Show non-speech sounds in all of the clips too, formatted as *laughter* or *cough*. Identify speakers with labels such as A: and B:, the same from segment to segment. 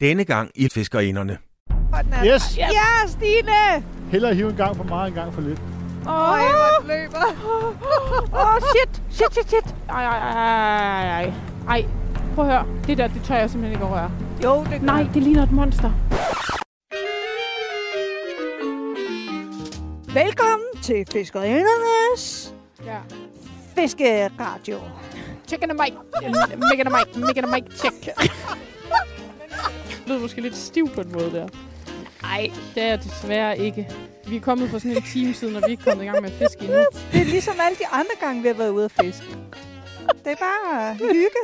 A: Denne gang i Fiskerinderne.
B: Yes.
C: Ja, Stine!
B: Hellere hive en gang for meget, en gang for lidt.
C: Åh, oh, hvor løber. Åh, oh, shit. Shit, shit, shit. Ej, ej, ej, ej, ej. Ej, prøv at høre. Det der, det tør jeg simpelthen ikke at røre.
D: Jo, det
C: Nej, det ligner et monster.
D: Velkommen til Fiskerindernes
C: Ja.
D: Fiskeradio.
C: Check in the mic. Make in the mic. Make in the mic. Check. Det lød måske lidt stiv på en måde der. Ej, det er jeg desværre ikke. Vi er kommet for sådan en time siden, og vi er ikke kommet i gang med at fiske endnu.
D: Det er ligesom alle de andre gange, vi har været ude at fiske. Det er bare hygge.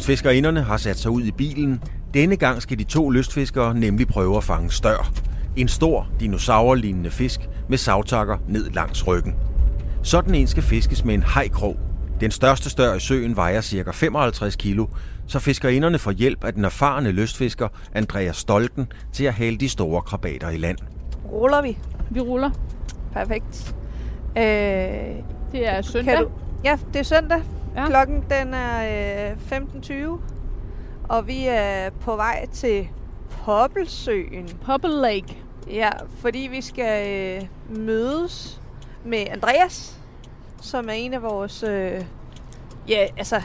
A: Fiskerinderne har sat sig ud i bilen. Denne gang skal de to lystfiskere nemlig prøve at fange stør. En stor, dinosaurlignende fisk med savtakker ned langs ryggen. Sådan en skal fiskes med en hajkrog. Den største stør i søen vejer ca. 55 kilo, så fiskerinderne får hjælp af den erfarne lystfisker Andreas Stolten til at hale de store krabater i land.
D: Ruller vi.
C: Vi ruller.
D: Perfekt. Øh,
C: Det er søndag.
D: kan du? Ja, det er søndag.
C: Ja.
D: Ja. Klokken den er øh, 15.20. Og vi er på vej til Poppelsøen.
C: Purple Lake.
D: Ja, fordi vi skal øh, mødes med Andreas, som er en af vores... Øh, ja, altså,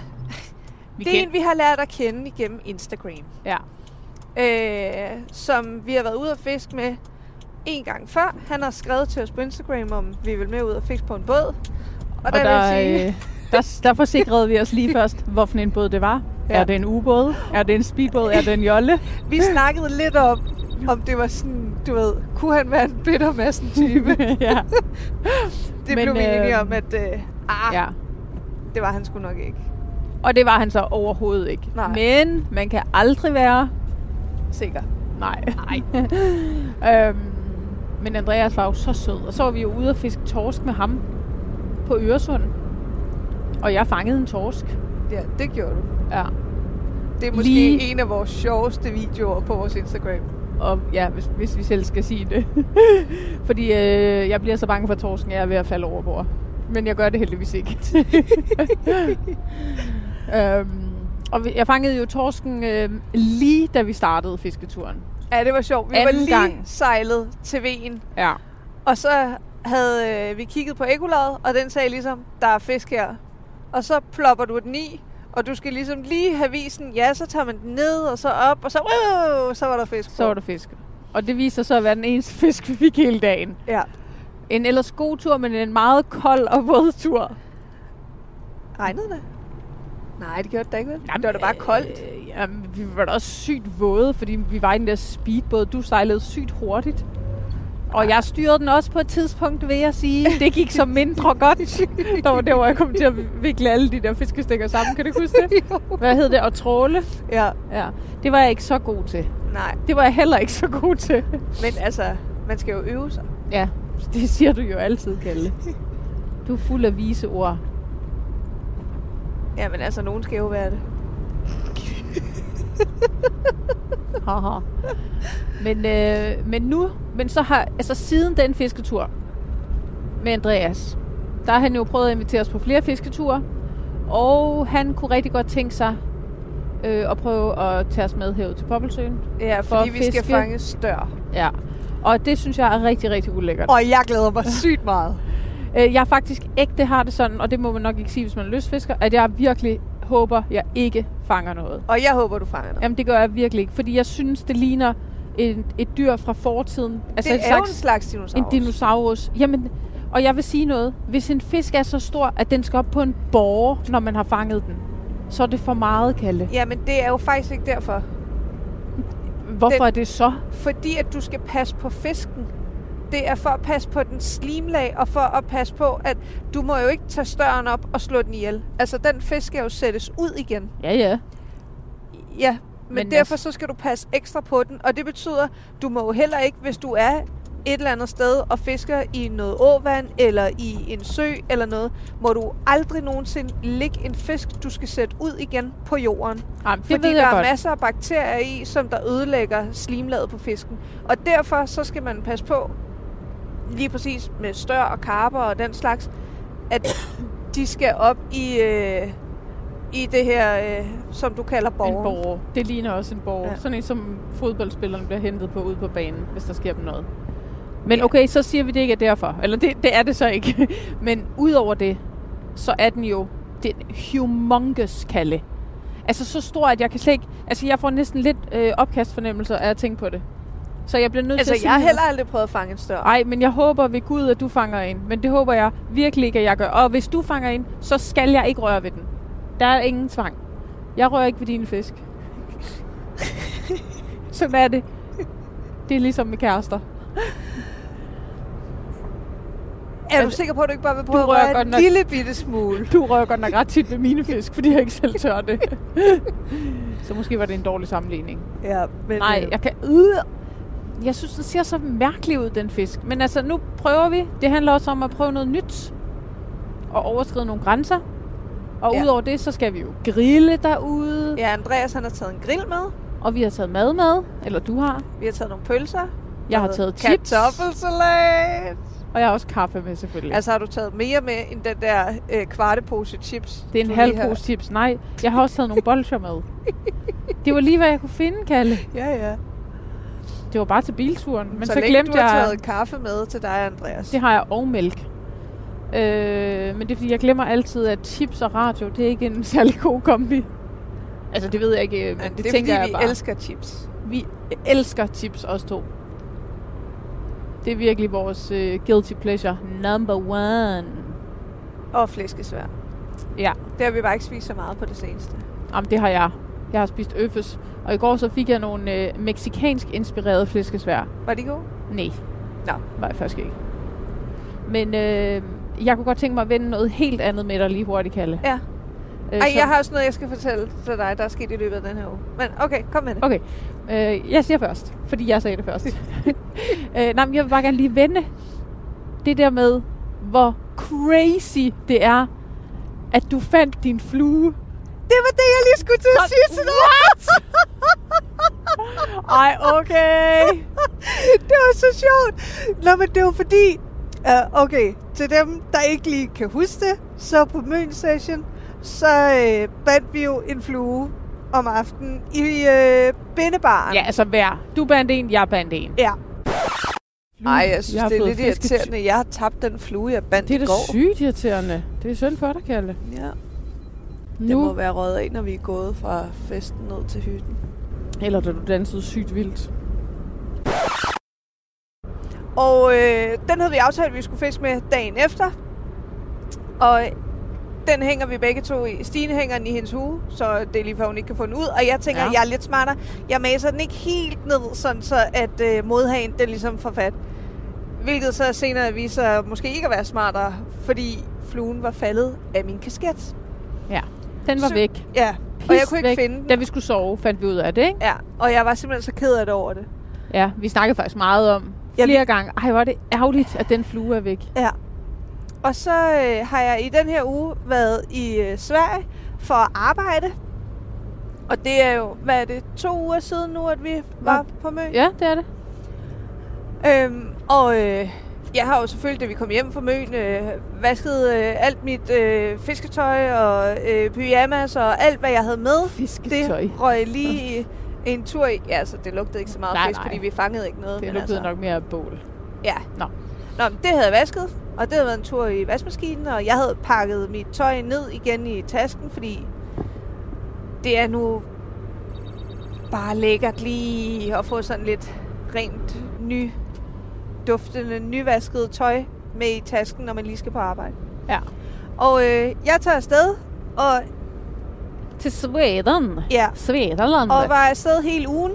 C: Vi
D: det er en, vi har lært at kende igennem Instagram.
C: Ja.
D: Øh, som vi har været ude at fiske med en gang før. Han har skrevet til os på Instagram, om vi vil med ud og fiske på en båd. Og,
C: Og
D: der,
C: der,
D: vil jeg sige,
C: øh, der, der forsikrede vi os lige først, hvorfor en båd det var. Ja.
D: Ja.
C: Er det en ubåd? Er det en speedbåd? Er det en
D: *laughs*
C: jolle?
D: vi snakkede lidt om, om det var sådan, du ved, kunne han være en bitter massen type?
C: *laughs* ja.
D: Det Men,
C: Men,
D: blev vi enige
C: øh,
D: om, at øh, ah, ja.
C: ja.
D: det var han sgu nok ikke.
C: Og det var han så overhovedet ikke.
D: Nej.
C: Men man kan aldrig være...
D: Sikkert.
C: Nej. Nej. *laughs* øhm, men Andreas var jo så sød. Og så var vi jo ude og fiske torsk med ham på Øresund. Og jeg fangede en torsk.
D: Ja, det gjorde du.
C: Ja.
D: Det er måske
C: Lige-
D: Lige. en af vores sjoveste videoer på vores Instagram.
C: Og ja, hvis, hvis vi selv skal sige det. *laughs* Fordi øh, jeg bliver så bange for torsken, at jeg er ved at falde over bord. Men jeg gør det heldigvis ikke. øhm, og vi- jeg fangede jo torsken øh, lige da vi startede fisketuren.
D: Ja, det var sjovt. Vi
C: Anden
D: var lige
C: gang.
D: sejlet til V'en,
C: Ja.
D: og så havde øh, vi kigget på ekkolaget, og den sagde ligesom, der er fisk her. Og så plopper du den i, og du skal ligesom lige have visen. Ja, så tager man den ned, og så op, og så, wow, så var der fisk på.
C: Så var der fisk. Og det viser sig at være den eneste fisk, vi fik hele dagen.
D: Ja.
C: En ellers god tur, men en meget kold og våd tur.
D: Regnede det? Nej, det gjorde det da ikke, vel?
C: Jamen,
D: Jamen, det var da bare koldt.
C: Øh, jamen, vi var da også sygt våde, fordi vi var i den der speedbåd. Du sejlede sygt hurtigt. Og jeg styrede den også på et tidspunkt, vil jeg sige. Det gik så mindre godt. Der var der, hvor jeg kom til at vikle alle de der fiskestikker sammen. Kan du ikke huske det?
D: *laughs*
C: Hvad hed det? At tråle?
D: ja,
C: Ja. Det var jeg ikke så god til.
D: nej.
C: Det var jeg heller ikke så god til.
D: Men altså, man skal jo øve sig.
C: Ja, det siger du jo altid, Kalle. Du er fuld af vise ord.
D: Jamen altså, nogen skal jo være det.
C: Haha. men, øh, men nu, men så har, altså siden den fisketur med Andreas, der har han jo prøvet at invitere os på flere fisketure, og han kunne rigtig godt tænke sig øh, at prøve at tage os med herud til Poppelsøen.
D: Ja,
C: For
D: fordi
C: at
D: vi skal
C: fiske.
D: fange stør.
C: Ja. Og det synes jeg er rigtig, rigtig ulækkert.
D: Og jeg glæder mig sygt meget.
C: Øh, jeg er faktisk ægte har det sådan, og det må man nok ikke sige, hvis man er lystfisker, at jeg virkelig håber, jeg ikke fanger noget.
D: Og jeg håber, du fanger noget.
C: Jamen det gør jeg virkelig ikke, fordi jeg synes, det ligner et, et dyr fra fortiden.
D: Altså, det
C: et
D: er jo en slags dinosaurus.
C: En dinosaurus. Jamen, og jeg vil sige noget. Hvis en fisk er så stor, at den skal op på en borge, når man har fanget den, så er det for meget, Kalle.
D: Jamen, det er jo faktisk ikke derfor.
C: Hvorfor
D: Den-
C: er det så?
D: Fordi at du skal passe på fisken. Det er for at passe på den slimlag, og for at passe på, at du må jo ikke tage støren op og slå den ihjel. Altså, den fisk skal jo sættes ud igen.
C: Ja, ja.
D: Ja, men,
C: Men
D: men derfor
C: altså-
D: så skal du passe ekstra på den. Og det betyder, du må jo heller ikke, hvis du er et eller andet sted og fisker i noget åvand eller i en sø eller noget, må du aldrig nogensinde ligge en fisk, du skal sætte ud igen på jorden.
C: Jamen, det
D: Fordi
C: ved
D: der
C: jeg
D: er
C: godt.
D: masser af bakterier i, som der ødelægger slimlaget på fisken. Og derfor så skal man passe på, lige præcis med stør og karper og den slags, at de skal op i, øh, i det her, øh, som du kalder
C: En
D: borgen.
C: borger. Det ligner også en borger.
D: Ja.
C: Ja. Sådan en, som fodboldspilleren bliver hentet på ude på banen, hvis der sker dem noget. Men
D: Ja.
C: okay, så siger vi, det ikke er derfor. Eller det, det er det så ikke. *laughs* Men udover det, så er den jo den humongous kalde. Altså så stor, at jeg kan slet ikke... Altså jeg får næsten lidt øh, opkastfornemmelser af at tænke på det. Så jeg bliver nødt
D: Altså,
C: til at
D: jeg har
C: simpelthen-
D: heller aldrig prøvet at fange en stør.
C: ej, men jeg håber ved Gud, at du fanger en. Men det håber jeg virkelig ikke, at jeg gør. Og hvis du fanger en, så skal jeg ikke røre ved den. Der er ingen tvang. Jeg rører ikke ved dine fisk. Sådan er det. Det er ligesom med kærester.
D: Er du
C: altså,
D: sikker på, at du ikke bare vil prøve
C: rører
D: at røre
C: godt
D: en
C: nok-
D: lille bitte smule?
C: Du rører godt nok ret tit ved mine fisk, fordi jeg ikke selv tør det. så måske var det en dårlig sammenligning.
D: Ja, men...
C: Nej,
D: øh,
C: jeg kan... Øh, jeg synes, den ser så mærkelig ud, den fisk. Men altså, nu prøver vi. Det handler også om at prøve noget nyt. Og overskride nogle grænser. Og
D: Ja.
C: ja. udover det, så skal vi jo grille derude. Ja.
D: Ja, Andreas han har taget en grill med.
C: Og vi har taget mad med. Eller du har.
D: Vi har taget nogle pølser.
C: Jeg har
D: noget
C: taget chips.
D: Kartoffelsalat.
C: Og jeg har også kaffe med, selvfølgelig.
D: Altså
C: Altså,
D: har du taget mere med end den der øh, kvarte pose chips?
C: det er en
D: du
C: halv
D: lige har-
C: pose chips. Nej, jeg har også taget nogle bolcher
D: *laughs*
C: med. Det var lige, hvad jeg kunne finde, Kalle.
D: Ja, ja.
C: Det var bare til bilturen. Men så, så
D: længe
C: glemte
D: du har
C: jeg...
D: taget kaffe med til dig, Andreas.
C: Det har jeg og mælk. Øh, men det er fordi, jeg glemmer altid, at chips og radio, det er ikke en særlig god kombi. Altså, det ved jeg ikke, men
D: Men
C: det,
D: det er
C: tænker
D: fordi,
C: jeg
D: vi
C: bare.
D: elsker chips.
C: vi elsker chips, os to. Det er virkelig vores øh, guilty pleasure. Number one.
D: Og flæskesvær.
C: Ja.
D: Det har vi bare ikke spist så meget på det seneste.
C: Jamen, det har jeg. Jeg har spist øffes. Og i går så fik jeg nogle øh, meksikansk inspirerede flæskesvær.
D: Var de gode?
C: Nej.
D: Nå.
C: Var jeg faktisk ikke. Men øh, jeg kunne godt tænke mig at vende noget helt andet med dig lige hurtigt, Kalle.
D: Ja. Ej,
C: Øh, som-
D: jeg har også noget, jeg skal fortælle til dig, der er sket i løbet af den her uge. Men okay, kom med det.
C: Okay, øh, jeg siger først, fordi jeg sagde det
D: *laughs*
C: først. øh, nej, men jeg vil bare gerne lige vende det der med, hvor crazy det er, at du fandt din flue.
D: Det var det, jeg lige skulle til at
C: Kom-
D: sige til dig.
C: *laughs* Ej, okay.
D: *laughs* det var så sjovt. Nå, men det var fordi, uh, okay, til dem, der ikke lige kan huske det, så på Møn Session, så øh, bandt vi jo en flue om aftenen i øh, bindebaren.
C: Ja, altså hver. Du bandt en, jeg bandt en.
D: ja.
C: Flue.
D: Ej, jeg synes, jeg
C: har
D: det er
C: fået
D: lidt
C: fisketyr-
D: irriterende. Jeg har tabt den flue, jeg bandt
C: Det er
D: i
C: da
D: går.
C: sygt irriterende. Det er synd for dig, Kalle.
D: Ja, det må
C: Nu,
D: være røget af, når vi er gået fra festen ned til hytten.
C: eller da du dansede sygt vildt.
D: Og øh, den havde vi aftalt, at vi skulle fiske med dagen efter. Og øh, den hænger vi begge to i. Stine hænger den i hendes hue, så det er lige før, hun ikke kan få den ud. Og jeg tænker, ja.
C: Ja.
D: jeg er lidt smartere. Jeg maser den ikke helt ned, sådan så at øh, modhagen den ligesom får fat. Hvilket så senere viser sig måske ikke at være smartere, fordi fluen var faldet af min kasket.
C: Ja, den var
D: Så-
C: væk.
D: Ja,
C: Pis
D: og jeg kunne ikke
C: væk.
D: finde den.
C: Da vi skulle sove, fandt vi ud af det, ikke?
D: Ja, og jeg var simpelthen så ked af det over det.
C: Ja, vi snakkede faktisk meget om
D: Ja,
C: flere
D: vi-
C: gange. Ej, hvor er det ærgerligt, at den flue er væk.
D: Ja. Og så øh, har jeg i den her uge været i øh, Sverige for at arbejde. Og det er jo, hvad er det, to uger siden nu, at vi var
C: Nå.
D: på Møn.
C: Ja, det er det.
D: Øhm, og øh, jeg har jo selvfølgelig, da vi kom hjem fra Møn, øh, vasket øh, alt mit øh, fisketøj og øh, pyjamas og alt, hvad jeg havde med.
C: Fisketøj.
D: Det
C: Det,
D: røg lige i en tur i... Ja, altså, det lugtede ikke så meget
C: Nej,
D: fisk,
C: nej.
D: fordi vi fangede ikke noget.
C: det
D: men
C: lugtede
D: altså,
C: nok mere af bål.
D: Ja.
C: Nå.
D: Nå, men det havde jeg vasket, og det havde været en tur i vaskemaskinen, og jeg havde pakket mit tøj ned igen i tasken, fordi det er nu bare lækkert lige at få sådan lidt rent ny duftende, nyvasket tøj med i tasken, når man lige skal på arbejde.
C: Ja.
D: Og øh, jeg tager afsted, og,
C: Til Sveden.
D: ja,
C: Svedaland.
D: og var afsted hele ugen.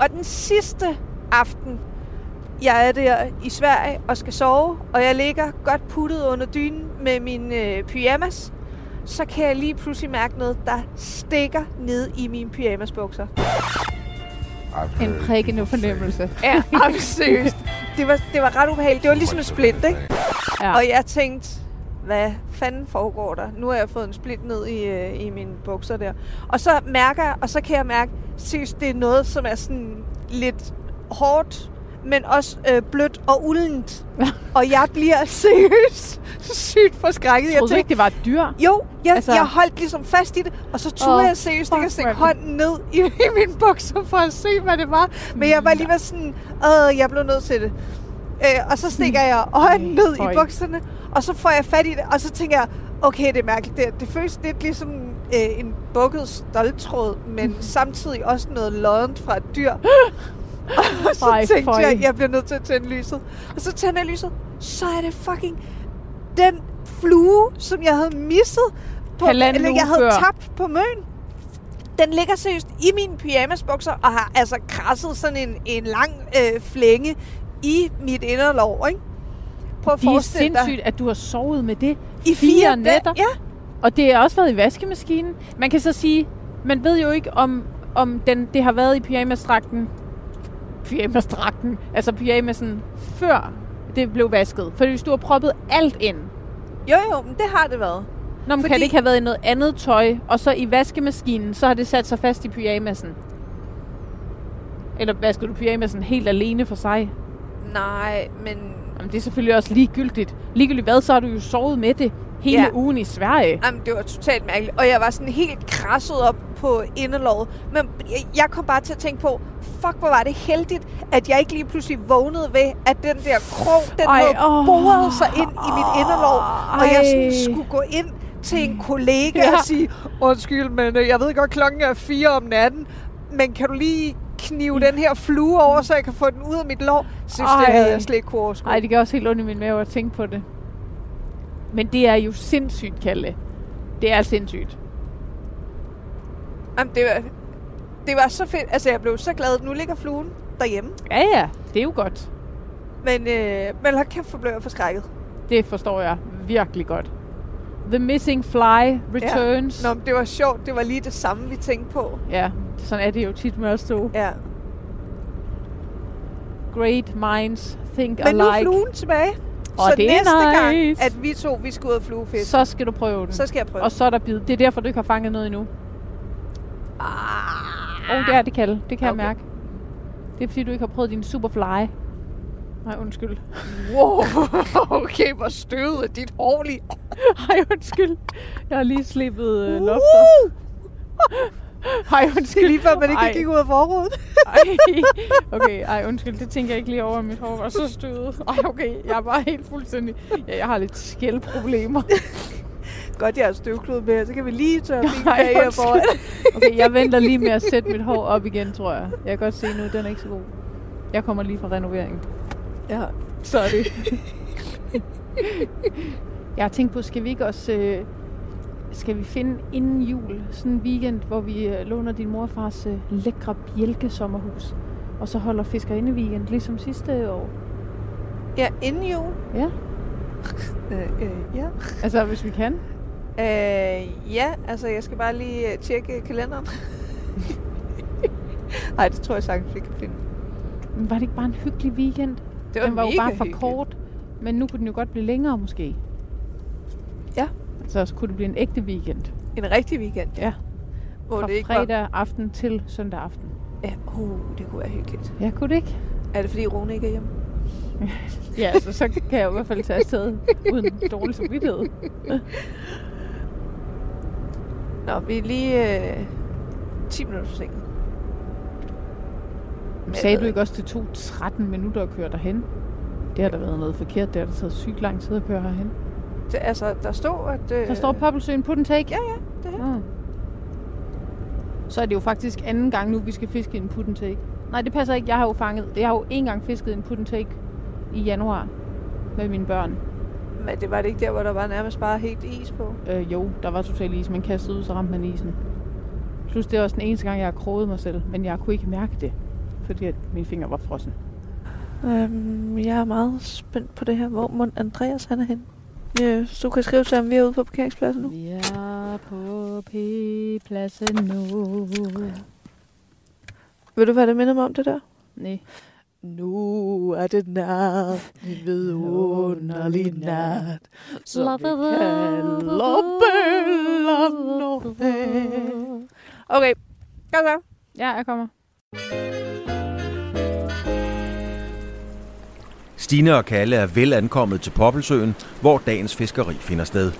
D: Og den sidste aften, jeg er der i Sverige og skal sove, og jeg ligger godt puttet under dynen med min øh, pyjamas, så kan jeg lige pludselig mærke noget, der stikker ned i mine pyjamasbukser.
C: En prikkende fornemmelse.
D: Ja, jamen, seriøst. *laughs* Det var, det var ret ubehageligt. Det var ligesom en splint, ikke?
C: *laughs* Ja.
D: Og jeg tænkte, hvad fanden foregår der? Nu har jeg fået en split ned i, øh, i mine bukser der. Og så mærker jeg, og så kan jeg mærke, seriøst, det er noget, som er sådan lidt hårdt, men også øh, blødt og uldent. og jeg bliver *laughs* seriøst sygt forskrækket. Jeg
C: Troede du ikke, det var et dyr?
D: jo, jeg, altså,
C: Altså-
D: jeg holdt ligesom fast i det, og så tog oh,
C: Åh,
D: jeg seriøst ikke
C: fuck,
D: at stikke
C: hvor er
D: hånden ned i, *laughs* i mine bukser for at se, hvad det var. Men jeg var alligevel sådan, øh, jeg blev nødt til det. Øh, og så stikker jeg hånden
C: Ej,
D: ned
C: føj.
D: i bukserne, og så får jeg fat i det, og så tænker jeg, okay, det er mærkeligt. Det, det føles lidt ligesom øh, en bukket stoltråd, men
C: *laughs*
D: samtidig også noget loddent fra et dyr. og så
C: Ej,
D: tænkte
C: føj.
D: jeg, jeg bliver nødt til at tænde lyset. Og så tænder jeg lyset, så er det fucking den flue, som jeg havde misset, på,
C: Halvanden
D: eller
C: uge
D: jeg havde
C: før.
D: tabt på møn. Den ligger seriøst i mine pyjamasbukser og har altså krasset sådan en, en lang øh, flænge i mit inderlov, ikke? Prøv at
C: Det er
D: forestille dig.
C: sindssygt, at du har sovet med det
D: I fire dage-
C: nætter.
D: Ja,
C: Og det har også været i vaskemaskinen. Man kan så sige, man ved jo ikke, om, om den, det har været i pyjamasdragten. Pyjamasdragten. Altså pyjamasen før det blev vasket. For hvis du har proppet alt ind,
D: jo jo, men det har det været.
C: Nå, men kan
D: Fordi-
C: det ikke have været i noget andet tøj, og så i vaskemaskinen, så har det sat sig fast i pyjamasen? Eller vaskede du pyjamasen helt alene for sig?
D: Nej, men...
C: Jamen, det er selvfølgelig også ligegyldigt. Ligegyldigt hvad, så har du jo sovet med det hele
D: Ja.
C: ja. ugen i Sverige.
D: Jamen, det var totalt mærkeligt. Og jeg var sådan helt krasset op på inderlovet. Men jeg, jeg kom bare til at tænke på, fuck, hvor var det heldigt, at jeg ikke lige pludselig vågnede ved, at den der krog, den
C: Ej,
D: havde
C: åh.
D: boret sig ind i mit inderlov. Og jeg sådan
C: Ej.
D: skulle gå ind til en kollega ja.
C: Ja.
D: og sige, undskyld, men øh, jeg ved godt, klokken er fire om natten, men kan du lige knive den her flue over, så jeg kan få den ud af mit lov? Synes, det
C: Mm. Ej.
D: havde jeg slet ikke kunne overskue.
C: Nej, det gør også helt ondt i min mave at tænke på det. Men det er jo sindssygt, Kalle. Det er sindssygt.
D: Jamen, det var, det var så fedt. Altså, jeg blev så glad. Nu ligger fluen derhjemme.
C: Ja, ja. Det er jo godt.
D: Men, øh, men hold kæft, hvor blev jeg forskrækket.
C: Det forstår jeg virkelig godt. The Missing Fly Returns.
D: Nå, men det var sjovt. Det var lige det samme, vi tænkte på.
C: Ja, sådan er det jo tit med os to.
D: Ja.
C: Great minds think
D: Men nu er
C: alike.
D: fluen tilbage.
C: Åh,
D: så
C: det er
D: næste gang,
C: nice.
D: at vi to vi skal ud og fluefiske, så,
C: så skal du prøve den.
D: så skal jeg prøve.
C: Og så er der bid. Det er derfor, du ikke har fanget noget endnu.
D: Ah.
C: Åh, oh, det er det, Kalle. Det kan okay.
D: Okay.
C: jeg mærke. Det er fordi, du ikke har prøvet din superfly. Nej,
D: *laughs*
C: undskyld.
D: Wow, okay, hvor støvet dit hår lige.
C: Hej, undskyld. Jeg har lige slippet øh, lofter. Hej,
D: Det er
C: undskyld.
D: lige før, man ikke
C: Ej,
D: kan kigge ud af forruden.
C: Ej. Okay, ej, undskyld. Det tænker jeg ikke lige over, at mit hår var så støvet. Ej, okay. Jeg er bare helt fuldstændig... Ja, jeg har lidt skældproblemer.
D: Godt, jeg har støvklud med, så kan vi lige tørre min
C: Ej,
D: kage her
C: undskyld.
D: foran.
C: Okay, jeg venter lige med at sætte mit hår op igen, tror jeg. Jeg kan godt se nu, den er ikke så god. Jeg kommer lige fra renoveringen.
D: Ja.
C: Så er det. jeg har tænkt på, skal vi ikke også... Øh, skal vi finde inden jul sådan en weekend, hvor vi øh, låner din morfars øh, lækre bjælkesommerhus? Og så holder fiskerinde weekend, ligesom sidste år.
D: Ja, inden jul.
C: Ja.
D: Øh, øh, ja.
C: Altså, hvis vi kan.
D: Øh, ja, altså jeg skal bare lige øh, tjekke *laughs* kalenderen. Nej, det tror jeg sagtens, vi kan finde.
C: Men var det ikke bare en hyggelig weekend?
D: Det
C: den var jo
D: mega
C: bare for
D: hyggeligt.
C: kort, men nu kunne den jo godt blive længere måske.
D: Ja.
C: Så, så kunne det blive en ægte weekend.
D: En rigtig weekend,
C: Ja.
D: Hvor
C: Fra
D: det ikke
C: fredag aften til søndag aften.
D: var... Ja, uh, det kunne være hyggeligt.
C: Ja, kunne det ikke?
D: Er det fordi Rune ikke er hjemme?
C: Ja, altså, så kan jeg i hvert fald tage afsted uden dårlig samvittighed.
D: Nå, vi er lige øh, 10 minutter forsinket.
C: Men sagde du
D: øh,
C: ikke også, det tog 13 minutter at køre derhen? Det har da været noget forkert. Det har da taget sygt lang tid at køre herhen.
D: Det, altså, der stod, at... Øh,
C: Der står Poppelsøen på den take.
D: Ja, ja, det her.
C: Ah. Så er det jo faktisk anden gang nu, vi skal fiske en put and take. Nej, det passer ikke. Jeg har jo fanget. Jeg har jo en gang fisket en put and take i januar med mine børn.
D: Men det var det ikke der, hvor der var nærmest bare helt is på.
C: Øh, jo, der var totalt is. Man kastede ud, så ramte man isen. Plus det er også den eneste gang, jeg har kroget mig selv, men jeg kunne ikke mærke det, fordi at mine fingre var frossen.
D: Øhm, jeg er meget spændt på det her. Hvor må Andreas han er henne? Ja, så du kan skrive til ham, vi er ude på parkeringspladsen nu.
C: Vi er på P-pladsen nu.
D: Ved du, hvad det minder mig om, det der?
C: Nej.
D: Nu er det nat, en vidunderlig nat, som vi kalder Bellanotte. Okay, godt så.
C: Ja, jeg kommer.
A: Stine og Kalle er vel ankommet til Poppelsøen, hvor dagens fiskeri finder sted.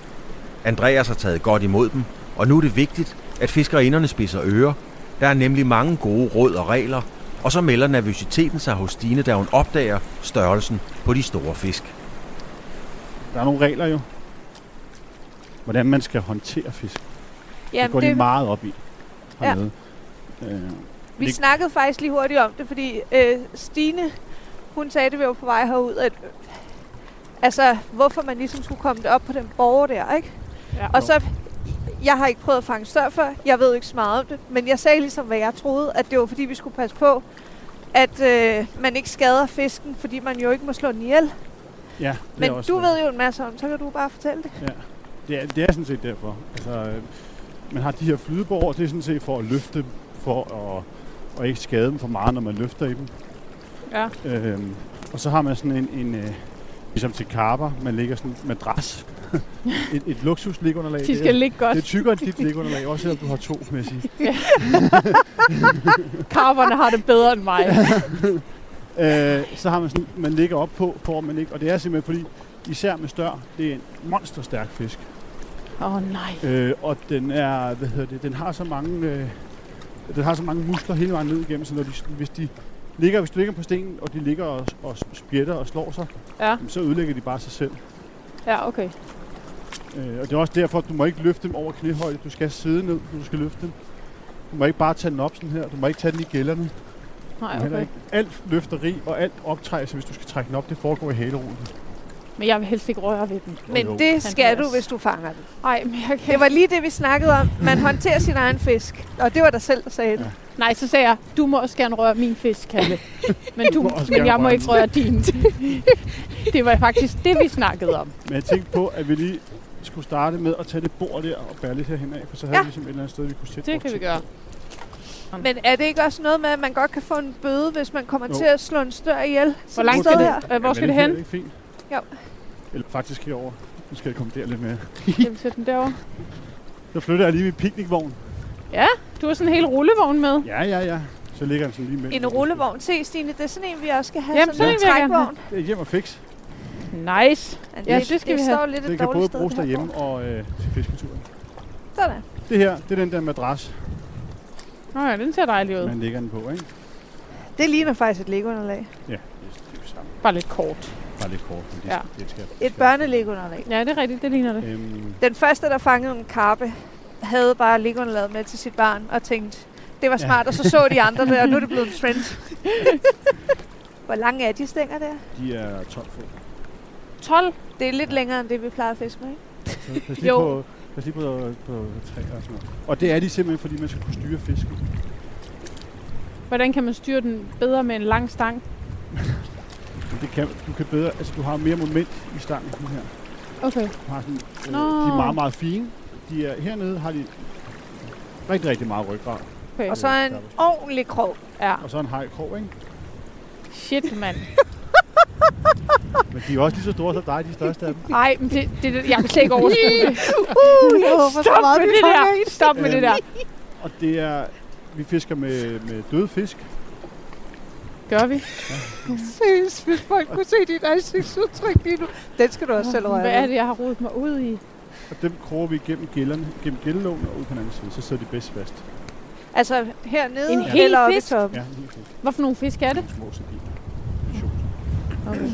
A: Andreas har taget godt imod dem, og nu er det vigtigt, at fiskerinderne spidser ører. Der er nemlig mange gode råd og regler, og så melder nervøsiteten sig hos Stine, da hun opdager størrelsen på de store fisk.
B: Der er nogle regler jo. Hvordan man skal håndtere fisk. det går
D: Jamen,
B: de
D: det,
B: meget op i
D: Ja.
B: hernede. Ja. Øh,
D: vi
B: det-
D: snakkede faktisk lige hurtigt om det, fordi øh, Stine, hun sagde, det vi var på vej herud, at øh, altså, hvorfor man ligesom skulle komme det op på den borger der, ikke?
B: Øh,
C: Ja.
D: Og så, jeg har ikke prøvet at fange stør før, jeg ved ikke så meget om det, men jeg sagde ligesom, hvad jeg troede, at det var fordi, vi skulle passe på, at øh, man ikke skader fisken, fordi man jo ikke må slå den ihjel.
B: ja, det er
D: Men
B: også
D: du ved jo en masse om, så kan du bare fortælle det.
B: Det er, det er sådan set derfor. Altså, øh, man har de her flydeborger, det er sådan set for at løfte dem, for at, at ikke skade dem for meget, når man løfter i dem.
C: Ja.
B: Øhm, og så har man sådan en, en øh, ligesom til karper, man lægger sådan en madras. *laughs* et, et luksus ligunderlag.
C: De skal
B: det,
C: ligge
B: er, det er
C: godt.
B: tykkere end dit ligunderlag, også selvom du har to, Messi.
C: Karperne har det bedre end mig.
B: Øh, så har man sådan, man ligger op på, for at man ikke, og det er simpelthen fordi, især med stør, det er en monsterstærk fisk.
C: Åh oh, nej.
B: Øh, og den er, hvad hedder det, den har så mange, øh, den har så mange muskler hele vejen ned igennem, så når de, hvis de ligger, hvis du ligger på stenen, og de ligger og, og spjætter og slår sig,
C: Ja.
B: jamen, så ødelægger de bare sig selv.
C: Ja, okay.
B: Øh, og det er også derfor, at du må ikke løfte dem over knæhøjde. Du skal sidde ned, når du skal løfte dem. Du må ikke bare tage den op sådan her. Du må ikke tage den i gælderne. Du
C: Nej,
B: må heller
C: okay.
B: ikke. Alt løfteri og alt optrædelse, hvis du skal trække den op, det foregår i haleroden.
C: Men jeg vil helst ikke røre ved den.
D: Men
B: jo.
D: det skal du,
C: Andreas.
D: hvis du fanger den.
C: Nej, men jeg kan
D: Det var lige det, vi snakkede om. Man håndterer sin egen fisk. Og det var dig selv, der sagde det.
C: Nej, så sagde jeg, du må også gerne røre min fisk, *laughs* Kalle. Men, du,
B: må også
C: men
B: gerne
C: jeg må
B: røre
C: ikke røre din. *laughs* det var faktisk det, vi snakkede om.
B: Men jeg tænkte på, at vi lige skulle starte med at tage det bord der og bære lidt herhen af, for så havde
D: Ja.
B: vi ligesom et eller andet sted, vi kunne sætte
C: Det
B: vores
C: kan vi
B: ting.
C: gøre.
D: Men er det ikke også noget med, at man godt kan få en bøde, hvis man kommer
B: Jo.
D: til at slå en stør ihjel?
C: Hvor
D: Sådan et
C: langt
D: sted
C: skal
D: her?
C: det, øh, hvor
B: Jamen,
C: skal
B: er
C: det hen?
B: Det ikke fint.
D: Jo.
B: Eller faktisk herover. Nu skal jeg komme der lidt mere.
C: Skal vi sætte den derovre?
B: Så flytter jeg lige min piknikvogn.
C: Du har sådan en hel rullevogn med.
B: Ja, ja, ja. Så ligger den sådan lige med.
D: En rullevogn. Se, Stine, det er sådan en, vi også skal have.
C: Jamen,
D: sådan en
C: sådan en vil jeg gerne
D: trækvogn.
B: Det er hjem og fix.
C: Nice.
D: Men
C: Ja, det skal
D: det
C: vi have.
D: står lidt et
B: Den kan
D: dårligt
B: både
D: sted,
B: bruges
D: det her
B: derhjemme og øh, til fisketuren.
D: bord. Sådan.
B: Det her, det er den der madras,
C: Nå ja, den ser dejlig ud.
B: man ligger den på, ikke?
D: Det ligner faktisk et legounderlag.
B: Ja, det er det samme.
C: Bare lidt kort.
B: Bare lidt kort, men det,
C: Ja.
B: ja. det skal
D: Et børnelegounderlag.
C: Ja, det er rigtigt. Det ligner det.
B: Øhm,
D: Den første, der fangede en karpe, havde bare legounderlaget med til sit barn og tænkte, det var
B: Ja.
D: smart, og så så de andre der, og nu er det *laughs* blevet en trend. Hvor lange er de stænger der?
B: de er 12 fod.
C: 12.
D: Det er lidt længere end det, vi plejer at fiske med, ikke?
B: Så pas lige
C: Jo.
B: på, pas lige på, på træer og sådan noget. Og det er de simpelthen, fordi man skal kunne styre fisken.
C: Hvordan kan man styre den bedre med en lang stang?
B: Men det kan, du kan bedre, altså du har mere moment i stangen sådan her.
C: Okay.
B: har sådan, øh,
C: Nå.
B: de er meget, meget fine. De er, hernede har de rigtig, rigtig meget ryggrad.
C: okay.
D: Og så en ordentlig krog.
C: Ja.
B: Og så en hajkrog, ikke?
C: Shit, mand.
B: Men de er også lige så store som dig, de største af dem.
C: Ej, men det, det, det, jeg kan slet ikke *laughs* overskue det.
D: Uh, jeg håber
C: Stop med det der. Stop med
B: Øhm,
C: det der.
B: Og det er, vi fisker med, med døde fisk.
C: Gør vi?
D: Seriøst, hvis folk kunne se dit ansigtsudtryk lige nu. Den skal du også selv røre.
C: Hvad er
D: ved.
C: det, jeg har rodet mig ud i?
B: Og dem kroger vi igennem gælderne, gennem gældelån og ud på den anden side. Så sidder de bedst fast.
D: Altså hernede
C: En hel
D: eller oppe i
C: fisk?
D: toppen.
B: Ja, lige fisk.
C: Hvad for nogle fisk er det?
B: Nogle små sardiner. Sjovt.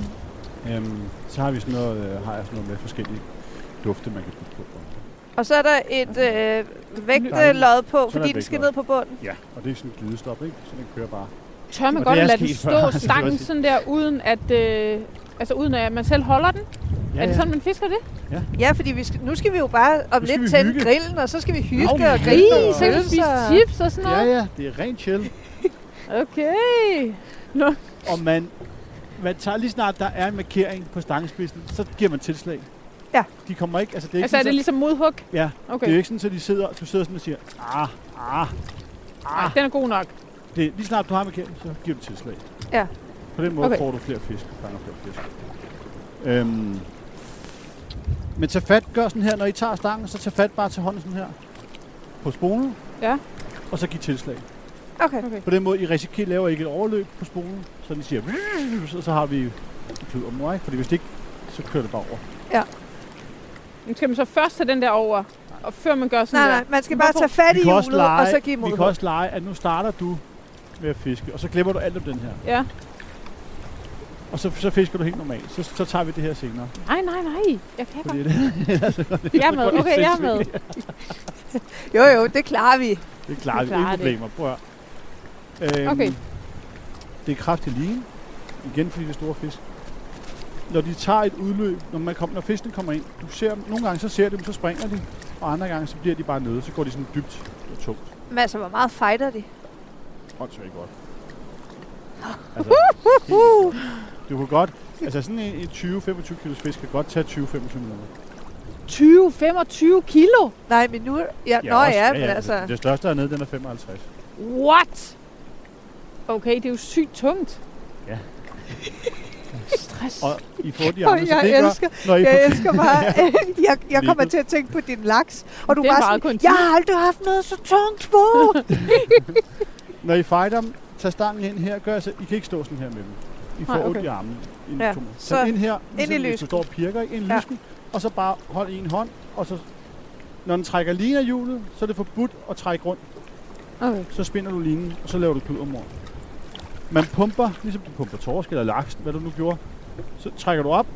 C: Okay.
B: Øhm, så har vi sådan noget, øh, har jeg sådan noget med forskellige dufte, man kan putte på.
D: Og så er der et øh, vægtelod på, fordi den skal
B: vægtelod.
D: ned på bunden.
B: Ja, og det er sådan et glidestop, ikke? Så den kører bare.
C: Tør man
B: Og
C: godt
B: det er
C: lade den
B: sket før, skal
C: stå
B: jeg
C: *laughs* stangen
B: også sige.
C: sådan der, uden at, øh, altså uden at man selv holder den? Ja, er det sådan, man fisker det?
D: Ja, fordi vi skal, nu skal vi jo bare om
B: Nu skal
D: lidt
B: vi
D: tænde
B: hygge.
D: grillen, og så skal vi hygge
B: Nå,
D: og
B: vi
D: grille
B: hygger,
D: og
B: og-
C: Så kan du spise
D: pølser.
C: chips og sådan
B: Ja,
C: noget?
B: ja, det er rent chill.
C: Okay.
B: og man, man tager lige snart, der er en markering på stangspidsen, så giver man tilslag.
D: Ja.
B: De kommer ikke, altså det er ikke
C: Altså er
B: sådan,
C: det ligesom modhug?
B: så, ja,
C: Okay.
B: det er jo ikke sådan, at de sidder, du sidder sådan og siger, ah, ah,
C: Nej,
B: ah.
C: den er god nok.
B: Det, er- lige snart du har en markering, så giver du tilslag.
D: Ja.
B: På den måde
C: Okay.
B: okay. får du flere fisk, fanger flere fisk. Øhm, men tag fat, gør sådan her, når I tager stangen, så tag fat bare til hånden sådan her på spolen.
C: Ja.
B: Og så giv tilslag.
D: Okay.
C: Okay.
B: På den måde, I risikerer, laver ikke et overløb på spolen, så den siger, "Vrrr", så, så har vi ordentlig klud om mig, ikke? Fordi hvis det ikke, så kører det bare over.
C: Nu skal man så først tage den der over, og før man gør sådan
D: Nej,
C: der.
D: nej, man skal
C: Men
D: bare
C: hvorfor-
D: tage fat i
B: vi kan også
D: hjulet, og så
B: lege,
D: give
B: vi
D: mod.
B: kan også lege, at nu starter du med at fiske, og så glemmer du alt om den her.
C: Ja.
B: Og så, så fisker du helt normalt. Så, så tager vi det her senere.
C: Nej, nej, nej. Jeg kan
B: Fordi
C: godt.
B: det,
C: Jeg er med. Okay, jeg er med.
D: Jo, jo, det klarer vi.
B: det klarer vi.
C: klarer
B: Ingen
C: det.
B: problemer. Prøv at høre. øhm,
C: Okay.
B: Det er kraftig lige. Igen fordi det er store fisk. Når de tager et udløb, når, man kom, når fiskene kommer ind, du ser dem, nogle gange så ser du dem, så springer de, og andre gange så bliver de bare nede, så går de sådan dybt og tungt.
D: Men altså, hvor meget fighter de?
B: Åndssvagt godt. Altså, helt- du kunne godt, altså sådan en, en 20-25 kilos fisk kan godt tage 20-25 minutter.
C: 20-25 kilo?
D: Nej, men nu... Ja, nå
B: også-
D: ja, men altså...
B: Det, det største hernede, den er 55.
C: What? Okay, det er jo sygt tungt.
B: Ja.
C: Stress.
B: Og I får
D: *laughs*
B: de
D: Og
B: andre, så
D: jeg
B: det gør,
D: elsker,
B: når I får
D: jeg elsker bare,
B: *laughs*
D: *laughs* jeg, jeg kommer
B: Ligget.
D: til at tænke på din laks, og du
C: Den
D: bare
C: vejede kun
D: sådan,
C: ti.
D: jeg har aldrig haft noget så tungt
B: *laughs*
D: på.
B: Når I fighter dem, tag stangen ind her, gør så, I kan ikke stå sådan her med dem. I får
C: Nej,
B: Nej,
C: okay.
B: okay. ondt i armen. Ind,
D: Ja,
B: ja,
D: så
B: så ind her, ligesom
D: i
B: hvis du
D: lysken.
B: står og pirker, ind i
D: Ja.
B: lysken, og så bare hold i en hånd, og så når den trækker linen af hjulet, så er det forbudt at trække rundt.
C: Okay.
B: Så spinder du linen, og så laver du kludermor. Man pumper, ligesom du pumper torsk eller laks, hvad du nu gjorde. Så trækker du op,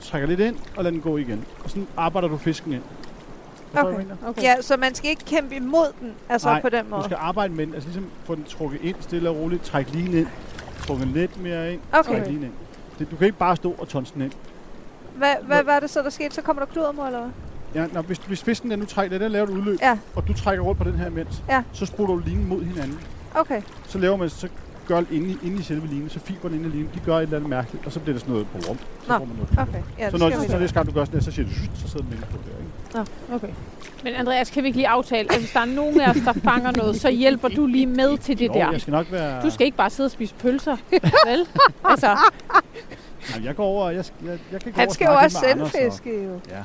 B: trækker lidt ind, og lader den gå igen. Og sådan arbejder du fisken ind. Forstår du, hvad jeg
D: Okay.
B: mener?
C: okay.
D: Ja, så man skal ikke kæmpe imod den, altså
B: Nej,
D: på den
B: Du
D: måde.
B: skal arbejde med den, altså ligesom få den trukket ind stille og roligt, træk linen ind, trukket lidt mere ind,
D: Okay,
B: træk linen ind. Det, du kan ikke bare stå og tonse den ind.
D: hvad, hvad var det så, der skete? Så kommer der kludermor, eller hvad?
B: Ja, når, hvis, hvis fisken der nu trækker, den laver et udløb,
D: Ja.
B: og du trækker rundt på den her imens,
D: Ja.
B: så sprutter du linen mod hinanden.
D: Okay,
B: Så laver man, så gør inde i, inde i selve linen, så fiberne inde i linen, de gør et eller andet mærkeligt, og så bliver der sådan noget på rum. Så
D: Nå,
B: får man noget.
D: okay. Ja,
B: så
D: det skal
B: når,
D: vi
B: når det
D: da.
B: er skabt, du gør sådan der, så siger du, "Sht", så sidder den inde på der, ikke?
C: okay. Men Andreas, kan vi ikke lige aftale, at hvis der er nogen af os, der fanger noget, så hjælper du lige med til det
B: Jo,
C: der.
B: jeg skal nok være...
C: Du skal ikke bare sidde og spise pølser, vel? Altså,
B: Nej, jeg går over, og jeg, skal- jeg, jeg kan gå
D: Han
B: over og
D: skal jo
B: snakke
D: også
B: lidt med
D: selv
B: Anders, og-
D: fiske, jo.
B: Ja.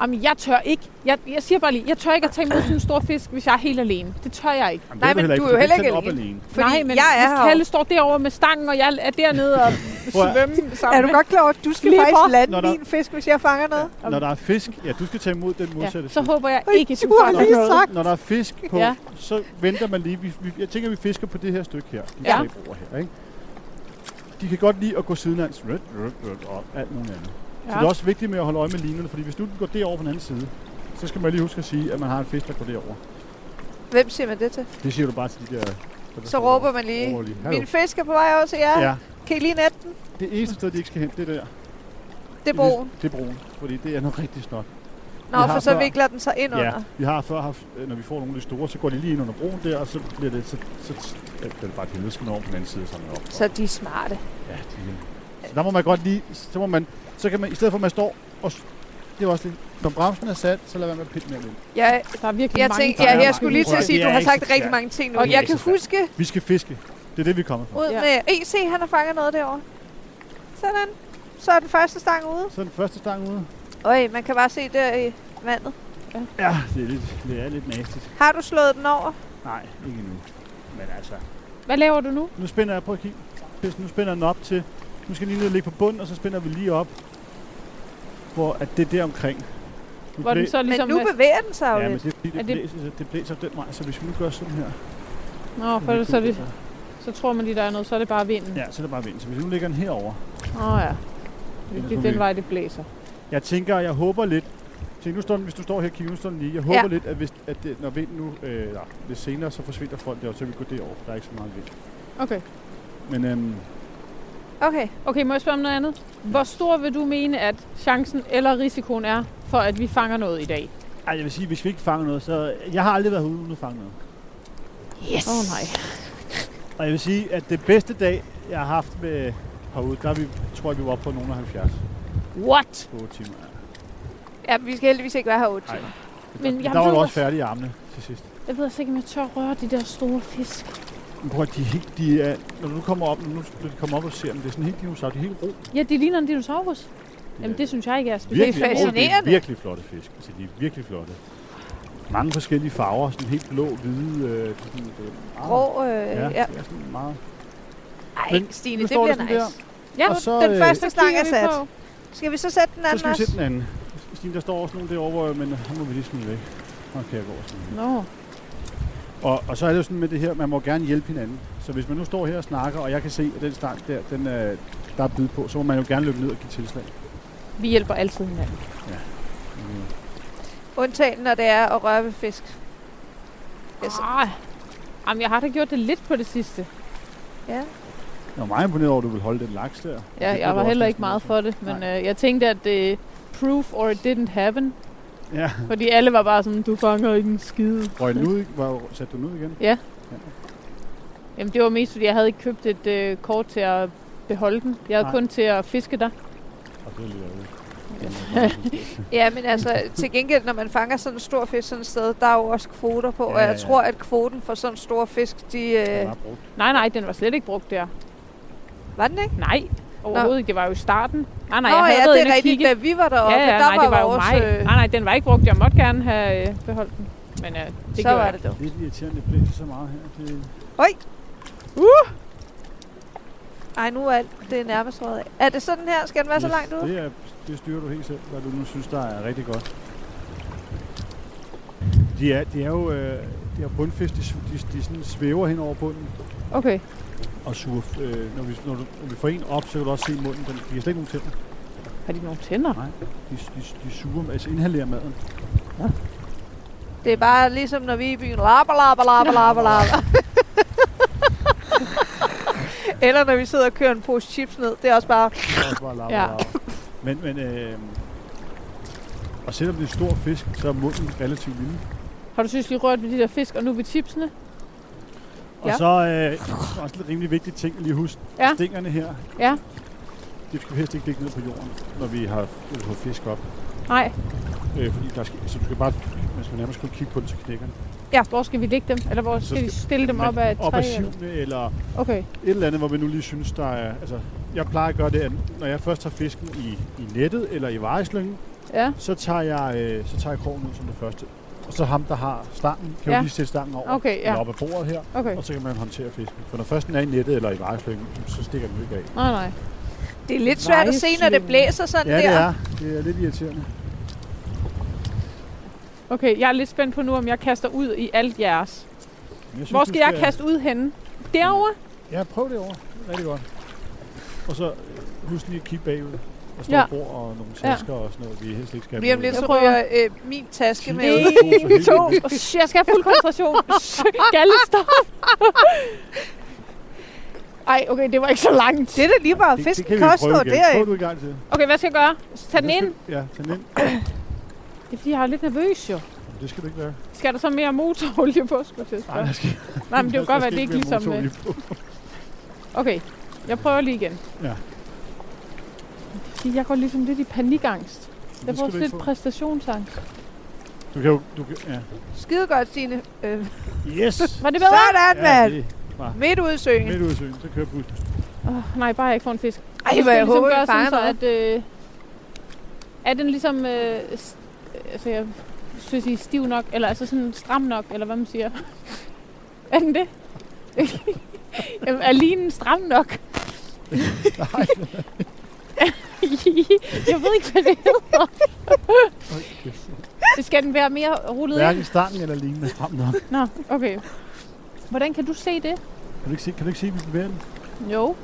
C: jamen, jeg tør ikke. Jeg, jeg siger bare lige, jeg tør ikke at tage imod sådan en stor fisk, hvis jeg er helt alene. Det tør jeg ikke.
B: Jamen,
D: Nej,
B: det
D: men du
B: for
D: er jo
B: kan
D: heller
B: sætte
D: ikke
B: den op alene.
D: Fordi
C: Nej, men
D: jeg er
C: hvis
D: her
C: Kalle
D: jo.
C: står derovre med stangen, og jeg er dernede og
B: Prøv at-
C: svømme sammen
D: Er du
C: med-
D: godt klar over, at du skal
C: Lige for.
D: faktisk
B: Når
D: lande
B: der-
D: min fisk, hvis jeg fanger noget?
B: Når der er fisk, ja, du skal tage imod den modsatte
C: ja, så
B: side.
C: håber jeg
D: Ej,
C: ikke, at du
D: du har
C: fanger
D: lige
B: når,
D: sagt.
B: når der er fisk på,
C: Ja.
B: ja. så venter man lige. Vi, vi, jeg tænker, vi fisker på det her stykke her. De
C: Ja.
B: ja. over her, ikke? De kan godt lide at gå sidelands rødt, rødt, rødt, og alt muligt andet. Ja. Så det er
C: Ja.
B: også vigtigt med at holde øje med linerne, fordi hvis nu den går derover på den anden side, så skal man lige huske at sige, at man har en fisk, der går derover.
D: Hvem siger man det til?
B: Det siger du bare til de der...
D: Så råber man lige,
B: Råber lige, "Hallo."
D: min fisk er på vej over til jer.
B: Ja,
D: Kan I lige natte den?
B: det eneste sted, de ikke skal hen, det er der.
D: Det er broen.
B: Det er broen, fordi det er noget rigtig snot.
D: Nå,
B: Vi har
D: for så
B: før-
D: vikler den sig ind
B: Ja,
D: under.
B: vi har før haft, øh, når vi får nogle af de store, så går de lige ind under broen der, og så bliver det, så, så, så ja, det er bare et helvede, skal man over på den anden side sådan op.
D: Så de er smarte.
B: Ja, det er- så der må man godt lige, så må man, så kan man, i stedet for at man står og, s- det var også det, når bremsen er sat, så lad være med at pille mere ind.
D: Jeg,
C: Der er virkelig
D: jeg,
C: mange
D: tænkte,
C: der
D: jeg,
C: er
D: jeg skulle lige til at
B: Prøv
D: sige,
B: at-
D: at du
B: det
D: har
B: er ikke
D: sagt
B: så
D: rigtig
B: svært.
D: mange ting nu.
C: Og
D: Og
C: det
D: jeg
C: er
D: kan
B: ikke så
D: huske
B: Vi skal fiske. Det er det, vi kommer fra.
D: ud
C: Ja.
D: med... E, se, han har fanget noget derovre. Sådan. Så er den første stang ude.
B: Så er den første stang ude.
D: Øj, man kan bare se der i vandet.
B: Ja, det er lidt, det er lidt nastigt.
D: Har du slået den over?
B: Nej, ikke endnu. Men altså,
C: Hvad laver du nu?
B: nu spænder jeg på at kigge. Hvis Nu spænder den op til, nu skal den lige ned og ligge på bunden, og så spænder vi lige op, hvor at det er der omkring. Nu
C: Hvor den
B: blæ-
C: så ligesom...
D: Men nu bevæger den sig jo
B: Ja, men
D: lidt.
B: det, er fordi,
C: Er
B: det,
C: det-
B: blæser, det blæser den vej, så hvis vi nu gør sådan her...
C: Nå, for ellers så, er det, så tror man lige, der er noget, så er det bare vinden.
B: Ja, så er det bare vind. Så hvis vi nu lægger den herover.
C: Åh oh, ja.
B: Ellers
C: Det
B: må
C: er
B: vi-
C: den vej, det blæser.
B: Jeg tænker, jeg håber lidt... Tænk, nu står den, hvis du står her og kigger, nu står den lige. Jeg håber
D: Ja.
B: ja. lidt, at, hvis, at det, når vinden nu... Øh, nej, lidt senere, så forsvinder folk derovre, så vi går derover. Der er ikke så meget vind.
C: Okay.
B: Men øhm,
D: Okay.
C: Okay, må jeg spørge om noget andet? Hvor stor vil du mene, at chancen eller risikoen er for, at vi fanger noget i dag?
B: ej, jeg vil sige, hvis vi ikke fanger noget, så... Jeg har aldrig været ude uden at fange noget.
C: Yes! Åh oh, nej.
B: Og jeg vil sige, at det bedste dag, jeg har haft med herude, der er vi, tror jeg, vi var oppe på nogen af 70
C: What?
B: på 8 timer. Ja.
D: Ja, vi skal heldigvis ikke være her otte.
B: Ej.
C: Men
B: der,
C: jeg
B: der var
C: ved
B: du også
C: også-
B: færdig i armene til sidst.
C: Jeg ved altså ikke, om jeg tør røre de der store fisk.
B: Men Prøv at de er helt, de er, når du nu kommer op, når du når de kommer op og ser dem, det er sådan helt dinosaur, de er helt ro.
C: Ja, de ligner en dinosaurus. Jamen,
B: er
C: det synes jeg ikke er specielt.
B: virkelig,
D: det er fascinerende.
B: Og det er virkelig flotte fisk, altså de er virkelig flotte. Mange forskellige farver, sådan helt blå, hvide, øh, det er sådan, øh, meget-
D: Grå, øh,
B: ja,
D: ja.
B: Det er sådan meget.
D: Ej,
B: Men
D: Stine,
B: nu
D: det
B: står
D: bliver
B: der sådan
D: nice.
C: Ja,
B: Og så,
D: den
B: øh,
D: første
C: så
D: slang
C: kigger
D: er
C: vi
D: sat.
C: på.
D: Skal vi så sætte den
B: Så
D: anden
B: skal vi
D: også?
B: sætte den anden. Stine, der står også nogen derovre, øh, men han må vi lige smide væk. Han kan jeg gå og smide væk.
C: Nå,
B: Og, og så er det jo sådan med det her, man må gerne hjælpe hinanden. Så hvis man nu står her og snakker, og jeg kan se, at den stang der, den, øh, der er bid på, så må man jo gerne løbe ned og give tilslag.
C: vi hjælper altid hinanden.
B: Mm.
D: Undtagen, når det er at røre ved fisk. Altså,
C: Ah, jamen, jeg har da gjort det lidt på det sidste.
D: ja.
B: Jeg var meget imponeret over, at du ville holde den laks der.
C: Ja,
B: Det blev
C: jeg
B: du
C: var
B: også
C: heller ikke
B: næsten
C: meget
B: nødt til.
C: for det, men
B: Nej.
C: øh, jeg tænkte, at øh, proof or it didn't happen.
B: Ja,
C: Fordi alle var bare sådan, du fanger ikke en skide.
B: røg den ud, ikke? Var, satte du den ud igen?
C: Jamen, det var mest, fordi jeg havde ikke købt et øh, kort til at beholde den. Jeg havde
B: Nej.
C: kun til at fiske dig.
B: Og det er lidt ærgerligt.
D: ja, men altså til gengæld, når man fanger sådan en stor fisk sådan et sted, der er jo også kvoter på. Ja, og
B: Ja,
D: jeg
B: ja.
D: tror, at kvoten for sådan store fisk, de...
B: Den
D: Øh,
B: var brugt.
C: Nej, nej, den var slet ikke brugt der.
D: var den ikke?
C: Nej, overhovedet ikke. Det var jo i starten. Nej, nej,
D: Nå
C: jeg havde
D: ja,
C: været
D: det
C: inde
D: er
C: og
D: rigtigt.
C: kigge.
D: Da vi var deroppe,
C: ja, ja,
D: der
C: nej,
D: var
C: det var jo
D: vores...
C: mig. Ah,
D: øh,
C: Nej, nej, den var ikke brugt. Jeg måtte gerne have øh, beholdt den. Men øh, det
D: så
C: gjorde
D: var
C: jeg.
D: det dog.
B: Lidt irriterende, det blæser så meget her. Det,
D: Uh! Ej, nu er alt det er nærmest røget af. Er det sådan her? Skal den være så
B: yes,
D: langt ude?
B: Det, er, det styrer du helt selv, hvad du nu synes, der er rigtig godt. De er, de er jo øh, de er bundfisk, de, su- de, de sådan svæver hen over bunden
C: Okay.
B: og suger. Øh, når, vi, når, du, når vi får en op, så kan du også se munden. Den, de har slet ikke nogen tænder.
C: Har de nogle tænder?
B: De, de, de suger, altså inhalerer maden.
D: Det er bare ligesom, når vi er i byen. Lapper, lapper, lapper, lapper,
B: *laughs*
D: lapper. Eller når vi sidder og kører en pose chips ned. Det er også bare...
B: Også bare lapper,
C: Ja.
B: ja. lapper. Men, men øh, og selvom det er en stor fisk, så er munden relativt lille.
C: Har du synes lige rørt ved de der fisk, og nu ved chipsene?
B: Og
C: Ja.
B: så øh, også lidt rimelig vigtig ting at lige huske.
C: Ja.
B: Ja. Stængerne her.
C: Ja.
B: Det skal vi helst ikke ligge ned på jorden, når vi har øh, fået fisk op.
C: Nej.
B: Øh, fordi der skal, så du skal bare, man skal nærmest kun kigge på den, så knækker den.
C: Hvor skal vi lægge dem? Eller hvor skal vi
B: skal-
C: stille dem
B: Men
C: op af et
B: op
C: træ?
B: af
C: eller-
B: syvende, eller et
C: Okay.
B: eller andet, hvor vi nu lige synes, der er... Altså, jeg plejer at gøre det, at når jeg først tager fisken i, i nettet eller i vareslyngen,
C: Ja.
B: så tager jeg, øh, så tager jeg krogen ud som det første. Og så ham, der har stangen, kan
C: Ja.
B: jo lige sætte stangen over
C: Okay, ja.
B: eller op af bordet her,
C: Okay.
B: og så kan man håndtere fisken. For når først den er i nettet eller i vareslyngen, så stikker den jo ikke af.
C: Nej, nej.
D: Det er lidt svært at se, når det
C: Vejslyngen.
D: blæser sådan
B: Ja,
D: der.
B: det er. Det er lidt irriterende.
C: Okay, jeg er lidt spændt på nu, om jeg kaster ud i alt jeres.
B: Men Jeg synes,
C: Hvor
B: du
C: skal jeg kaste ud henne? Derovre?
B: Ja, prøv det over. Rigtig godt. Og så øh, husk lige at kigge bagud. Og stå
C: Ja.
B: ja. bord og nogle tasker ja. og sådan noget, vi helst ikke skal
D: Lige om lidt,
C: Jeg
D: så
C: prøver.
D: ryger øh, min taske med
B: Nej.
D: ud.
C: En, to.
B: Helt
C: Oh, shit, jeg skal have
B: *laughs*
C: fuld koncentration. Gallestop. Ej, okay, det var ikke så langt.
D: Det er da lige bare fisk.
B: kan
D: kan,
B: vi
D: også
B: prøve
D: stå
B: igen. Prøv
D: derinde.
B: du i gang til.
C: Okay, hvad skal jeg gøre? Tag den
B: Det
C: ind?
B: skal- Ja, tag den ind.
C: Det er fordi, jeg er lidt nervøs jo.
B: Jamen, Det skal du ikke være.
C: Skal der så mere motorolie på, skulle jeg til at
B: Nej,
C: spørge?
B: der skal,
C: Nej, men det
B: der
C: kunne godt være,
B: skal
C: det ikke
B: ikke
C: ligesom...
B: mere
C: øh,
B: motor i.
C: Okay, jeg prøver lige igen.
B: Ja.
C: Det er fordi, Jeg går ligesom lidt i panikangst.
B: Det
C: Jeg
B: skal
C: får
B: du
C: sådan
B: ikke
C: lidt
B: få.
C: præstationsangst.
B: Du kan jo... Du kan, ja.
D: Skide godt, Signe. Øh,
B: Yes!
C: Var det bedre?
D: sådan,
B: Ja,
D: mand.
B: det
D: Midt ude i søen.
B: er midt ude i søen, så kører bussen.
C: Oh, nej, bare jeg ikke får en fisk.
D: Ej, hvor
C: Nu skal
D: jeg
C: ligesom
D: håber,
C: gøre
D: vi
C: sådan
D: fanger
C: så,
D: noget.
C: at... Øh, er den ligesom... Øh, st- altså, jeg synes, I er stiv nok, eller altså sådan stram nok, eller hvad man siger. *laughs* er den det? *laughs* Jamen, er linen stram nok? *laughs* jeg ved ikke, hvad det hedder.
B: Okay.
C: Skal den være mere rullet ind?
B: Hverken stangen eller lignende er stram nok.
C: Nå, okay. Hvordan kan du se det?
B: Kan du ikke se, kan du ikke se vi bevæger den?
C: Jo.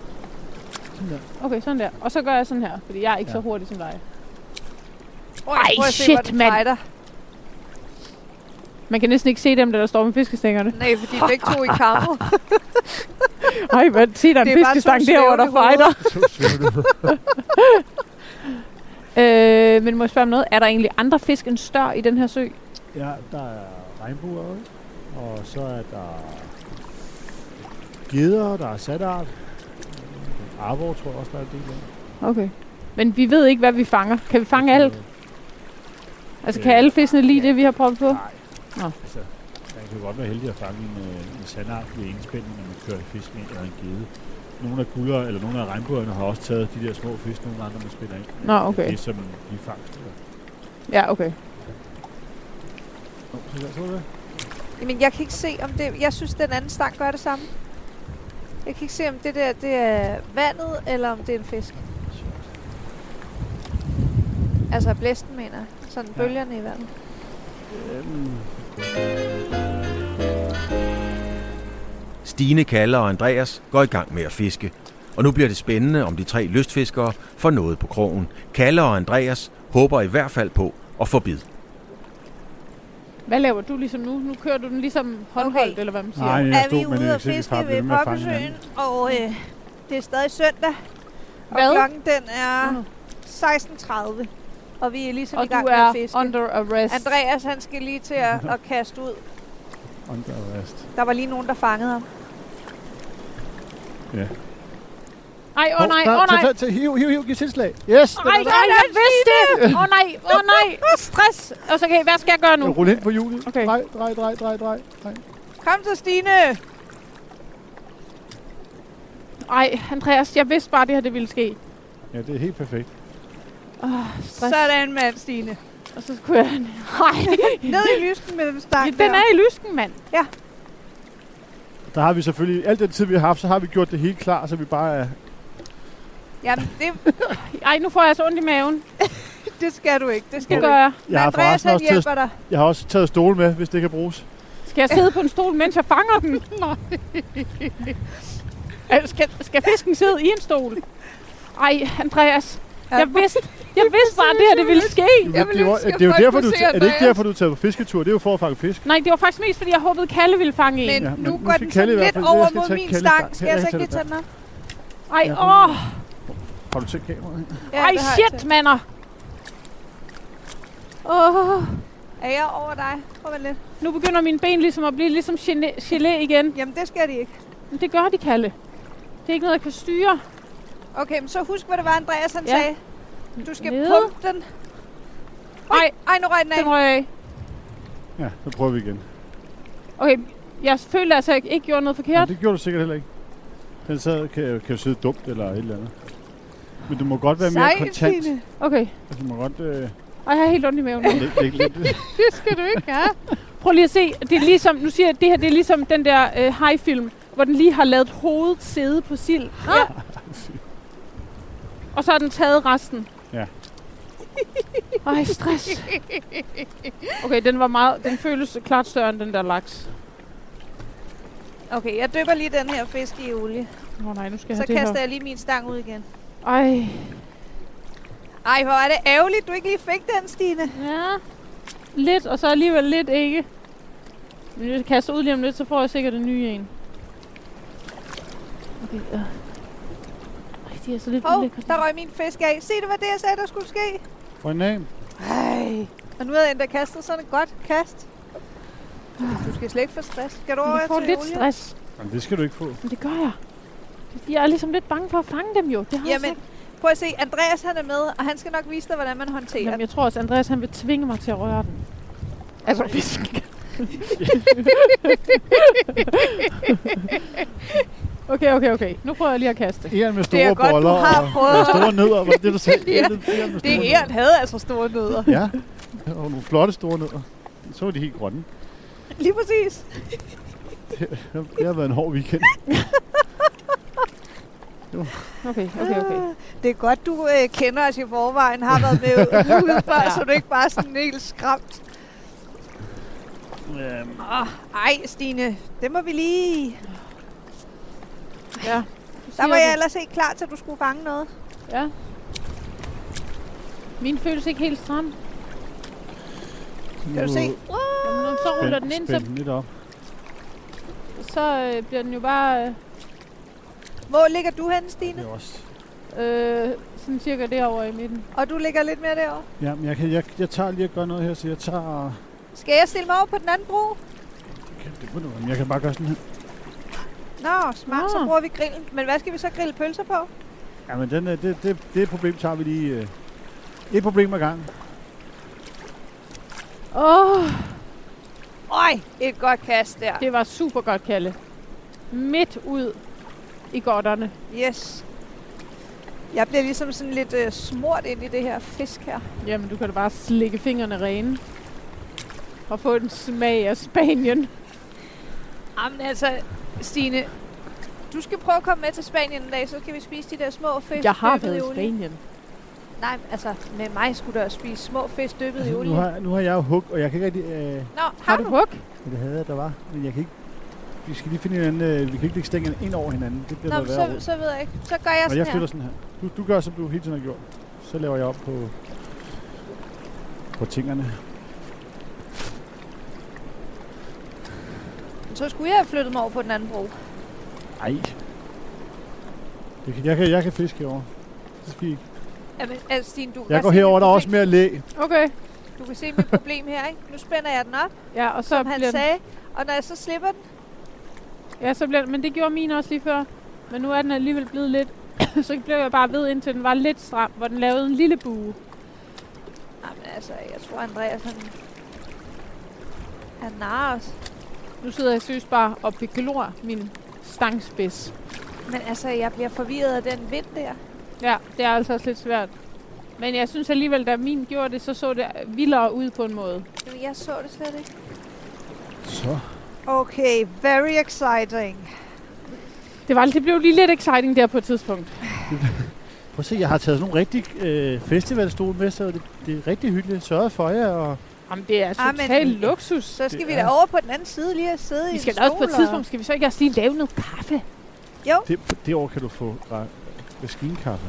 B: Sådan der.
C: Okay, sådan der. Og så gør jeg sådan her, fordi jeg er ikke ja.
B: Ja.
C: så hurtig som dig.
D: Ej, prøv at se, hvor
C: shit,
D: den
C: mand.
D: fighter.
C: Man kan næsten ikke se dem, der, der står med fiskestængerne.
D: Nej, fordi begge to i
C: *laughs*
D: kammer.
C: Ej, hvad? Se, der er
D: Det
C: en
D: er bare to
C: fiskestang derovre, der
D: svævende
C: fighter.
B: Så svæver du.
C: Øh, men må jeg spørge om noget? Er der egentlig andre fisk end stør i den her sø?
B: Ja, der er regnbuer, ikke? og så er der geder, der er satart. Arbor tror jeg også, der er en del af.
C: Okay. Men vi ved ikke, hvad vi fanger. Kan vi fange alt? Altså, kan
B: Øh,
C: alle fiskene lide
B: ja.
C: det, vi har prøvet på?
B: Nej.
C: Nå.
B: Altså, man kan jo godt være heldig at fange en, øh, en sandart ved indspænding, når man kører en fisk med eller en gede. Nogle af gulder, eller nogle af regnbuerne har også taget de der små fisk nogle gange, når man spiller ind.
C: Nå, okay.
B: Det er som de fangst. Eller.
C: Ja, okay.
B: Nå, så der, så er det.
D: Jamen, jeg kan ikke se, om det... Jeg synes, den anden stang gør det samme. Jeg kan ikke se, om det der det er vandet, eller om det er en fisk. Altså blæsten, mener jeg. Sådan
B: Ja.
D: bølgerne i vandet.
B: Øhm,
A: Stine, Kalle og Andreas går i gang med at fiske. Og nu bliver det spændende, om de tre lystfiskere får noget på krogen. Kalle og Andreas håber i hvert fald på at få bid.
C: Hvad laver du ligesom nu? Nu kører du den ligesom håndholdt,
D: Okay.
C: eller hvad man siger.
B: nej, jeg
D: er
B: stod
D: vi
B: med en
D: ude og fiske
B: eksemplifar, blev
D: ved
B: med at fange
D: Poppesøen,
B: hinanden.
D: og øh, det er stadig søndag. Og
C: Hvad?
D: klokken den er
C: Nå.
D: 16.30, og vi er ligesom i
C: Og
D: gang
C: du
D: med at
C: er
D: fiske.
C: under arrest.
D: Andreas, han skal lige til at, at kaste ud.
B: Under arrest.
D: Der var lige nogen, der fangede ham.
C: Ej, åh oh, nej, åh oh, nej.
B: Tag, tag, hiv, hiv, hiv, giv tilslag. Yes,
C: Ej, nej, jeg vidste det! Åh oh, nej, åh oh, nej. Stress. Altså, okay, hvad skal jeg gøre nu?
B: Rul hen på hjulet.
C: Okay.
B: Drej, drej, drej, drej, drej. drej.
D: Kom så, Stine!
C: Ej, Andreas, jeg vidste bare, det her det ville ske.
B: Ja, det er helt perfekt.
C: Oh, stress. Så,
D: Sådan, mand, Stine.
C: og så skulle jeg... Nej,
D: *laughs* Ned i lysken med dem stak
C: den
D: der.
C: er i lysken, mand.
B: Der har vi selvfølgelig, alt den tid vi har haft, så har vi gjort det helt klar, så vi bare er...
D: Jamen, det,
C: Ej, nu får jeg så ondt i maven.
D: det skal du ikke. Det skal
C: Det
D: du
C: gør jeg.
D: ikke.
B: Jeg har,
D: Andreas,
B: forresten
D: han
B: også taget,
D: hjælper dig.
B: jeg har også taget stole med, hvis det kan bruges.
C: Skal jeg sidde på en stol, mens jeg fanger
D: *laughs*
C: den? Nej. Øh, Skal, skal fisken sidde i en stol? Ej, Andreas. Jeg vidste,
D: *laughs*
C: jeg vidste bare, at det her det ville ske.
D: Jeg vil
B: det, er jo-
D: ønske, at
B: det er jo
D: folk
B: derfor,
D: kunne
B: du,
D: se
B: er det ikke
D: Andreas.
B: derfor, du er taget på fisketur? Det er jo for at fange fisk.
C: Nej, det var faktisk mest, fordi jeg håbede, Kalle ville fange
D: Men
C: en.
B: Ja, men
D: nu
B: nu
D: går
B: skal
D: den
B: Kalle i
D: sådan
B: hvert
D: lidt
B: fald-
D: over
B: jeg skal
D: mod
B: tage
D: min
B: Kalle
D: stang.
B: stang.
D: Skal jeg
B: Jeg
D: så
B: tager
D: ikke lige
B: den
D: tage den op?
B: Ja.
C: Ej, åh,
B: Har du tændt kameraet?
D: Ja,
C: ej,
D: det har jeg
C: shit, mander. Åh,
D: taget. Er jeg over dig? Prøv at lidt.
C: nu begynder mine ben ligesom at blive ligesom gene- gelé igen.
D: Jamen, det skal de ikke.
C: Men det gør de, Kalle. Det er ikke noget, jeg kan styre.
D: Okay, men så husk, hvad det var, Andreas han
C: Ja.
D: sagde. Du skal
C: Nede.
D: pumpe den. Oj,
C: Ej,
D: Ej, nu røg den af.
C: den røg af.
B: Ja, så prøver vi igen.
C: Okay, jeg følte altså, at jeg ikke gjorde noget
B: Men
C: forkert.
B: det gjorde du sikkert heller ikke. Den sad, kan, jo- kan jo sidde dumt eller et eller andet. Men du må godt være mere
D: Sej,
B: kontant.
D: Signe.
C: Okay,
B: Du må godt øh,
C: og jeg har helt ondt i maven nu.
B: lægge, lægge lidt. *laughs*
C: det skal du ikke have. Prøv lige at se. Det er ligesom, nu siger jeg, at det her det er ligesom den der øh, hajfilm, hvor den lige har lavet hovedet sidde på sild. Ja. Og så har den taget resten.
B: Ja.
C: Ej, stress. Okay, den var meget, den føles klart større end den der laks.
D: Okay, jeg dypper lige den her fisk i olie.
C: Åh oh, nej, nu skal jeg
D: Så
C: have det
D: kaster
C: her.
D: jeg lige min stang ud igen.
C: Ej,
D: Ej, hvor er det ærgerligt, du ikke lige fik den, Stine.
C: ja. Lidt, og så alligevel lidt ikke. Men hvis jeg kaster ud lige om lidt, så får jeg sikkert en ny en. Okay, øh. Ej, de er så lidt
D: Hov,
C: ulækre.
D: der røg min fisk af. Se, det var det, jeg sagde, der skulle ske.
B: Banan.
D: Ej. Og nu havde jeg endda kastet sådan et godt kast. Du skal slet ikke få stress. Skal du over
C: Jeg får
D: til
C: lidt
D: olie?
C: stress,
B: Jamen, det skal du ikke få.
C: men det gør jeg. Det er fordi, Jeg er ligesom lidt bange for at fange dem jo. Det har
D: Jamen,
C: jeg sagt.
D: prøv at se. Andreas han er med, og han skal nok vise dig, hvordan man håndterer
C: Jamen, jeg tror også, Andreas han vil tvinge mig til at røre den. Altså fisk.
D: *laughs*
C: okay, okay, okay. Nu prøver jeg lige at kaste.
B: Eren med
D: Det er
B: store
D: godt, du
B: boller
D: har
B: og,
D: prøvet.
B: og store nødder. Var det det, du sagde?
D: Ja,
B: Eren- Eren med store
D: Det er havde altså store *laughs* nødder.
B: nødder. Ja, og nogle flotte store nødder. Så var de helt grønne.
D: Lige præcis.
B: Det har været en hård weekend.
C: Okay, okay, okay.
D: Ah, Det er godt, du øh, kender os i forvejen, har været *laughs* med ud- ude før,
C: Ja.
D: så du ikke bare er sådan helt skræmt.
B: Øhm,
D: Oh, ej, Stine, det må vi lige...
C: Ja.
D: Der var
C: Siger
D: jeg
C: du.
D: ellers ikke klar til, at du skulle fange noget.
C: Ja. Min føles ikke helt stram.
D: Kan du se?
C: Jamen, når så ruller den ind, så,
B: Spænd den lidt op.
C: så øh, bliver den jo bare øh,
D: Hvor ligger du henne,
B: Det
D: Stine?
B: er også.
C: øh, sådan cirka derovre i midten.
D: Og du ligger lidt mere derovre.
B: Ja, men jeg, kan, jeg, jeg tager lige at gøre noget her, så jeg tager...
D: Skal jeg stille mig over på den anden bro?
B: Okay, det må du, men jeg kan bare gøre sådan her.
D: Nå, smart, så
C: Nå.
D: bruger vi grillen. Men hvad skal vi så grille pølser på?
B: Ja, men den, er- det, det, det problem tager vi lige... Øh, et problem ad gangen.
C: Åh, oh,
D: Øj, et godt kast der.
C: det var super godt, Kalle. Midt ud i godterne.
D: Yes. Jeg bliver ligesom sådan lidt øh, smurt ind i det her fisk her.
C: Jamen, du kan da bare slikke fingrene rene. Og få en smag af Spanien.
D: Jamen altså, Stine, Du skal prøve at komme med til Spanien en dag, så kan vi spise de der små fisk
C: Jeg har
D: dyppet
C: været i
D: olie.
C: Spanien.
D: Nej, men altså, med mig skulle der spise små fisk dyppet i
B: Altså,
D: olie.
B: nu, har, nu har jeg jo hug, og jeg kan ikke rigtig... Øh,
D: Nå, har,
C: Har du hug?
B: det havde jeg, der var, men jeg kan ikke... Vi skal lige finde hinanden. Øh, vi kan ikke lægge stængerne ind over hinanden. Det bliver
D: Nå, men
B: noget værre.
D: så,
B: råd.
D: så ved jeg ikke. Så gør jeg
B: Og
D: sådan
B: jeg
D: her.
B: flytter sådan her. Du, du gør, som du hele tiden har gjort. Så laver jeg op på, på tingene.
D: Så skulle jeg have flyttet mig over på den anden bro.
B: Ej. Det kan, jeg, kan, jeg kan fiske herovre. Det skal I ikke.
D: Jamen, altså, Stine, du kan
B: Jeg går
D: se
B: herover
D: mit
B: der er også
D: problem.
B: mere læ.
C: Okay.
D: Du kan se mit problem her, ikke? Nu spænder jeg den op,
C: Ja, og så
D: som han
C: bliver den-
D: sagde. Og når jeg så slipper den,
C: Ja, så bliver, men det gjorde min også lige før. Men nu er den alligevel blevet lidt... *coughs* så blev jeg bare ved, indtil den var lidt stram, hvor den lavede en lille bue.
D: Jamen altså, jeg tror Andreas han... Han narrer os.
C: Nu sidder jeg seriøst bare og beglor min stangspids.
D: Men altså, jeg bliver forvirret af den vind der.
C: Ja, det er altså også lidt svært. Men jeg synes alligevel, da min gjorde det, så så det vildere ud på en måde.
D: Jamen, Jeg så det slet ikke.
B: Så.
D: Okay, very exciting.
C: Det, var, det blev lige lidt exciting der på et tidspunkt.
B: Prøv at se, jeg har taget sådan nogle rigtig øh, festivalstol med, så det, det er rigtig hyggeligt. Sørget for jer, og
C: Jamen, det er
D: Ah, men-
C: total luksus.
D: Så skal
B: Det
D: vi
B: er-
D: da over på den anden side lige og sidde i
C: Vi
D: en
C: skal da også på et
D: stol og-
C: tidspunkt, skal vi så ikke også lige lave noget kaffe?
D: Jo,
B: det, det år kan du få øh, maskinkaffe.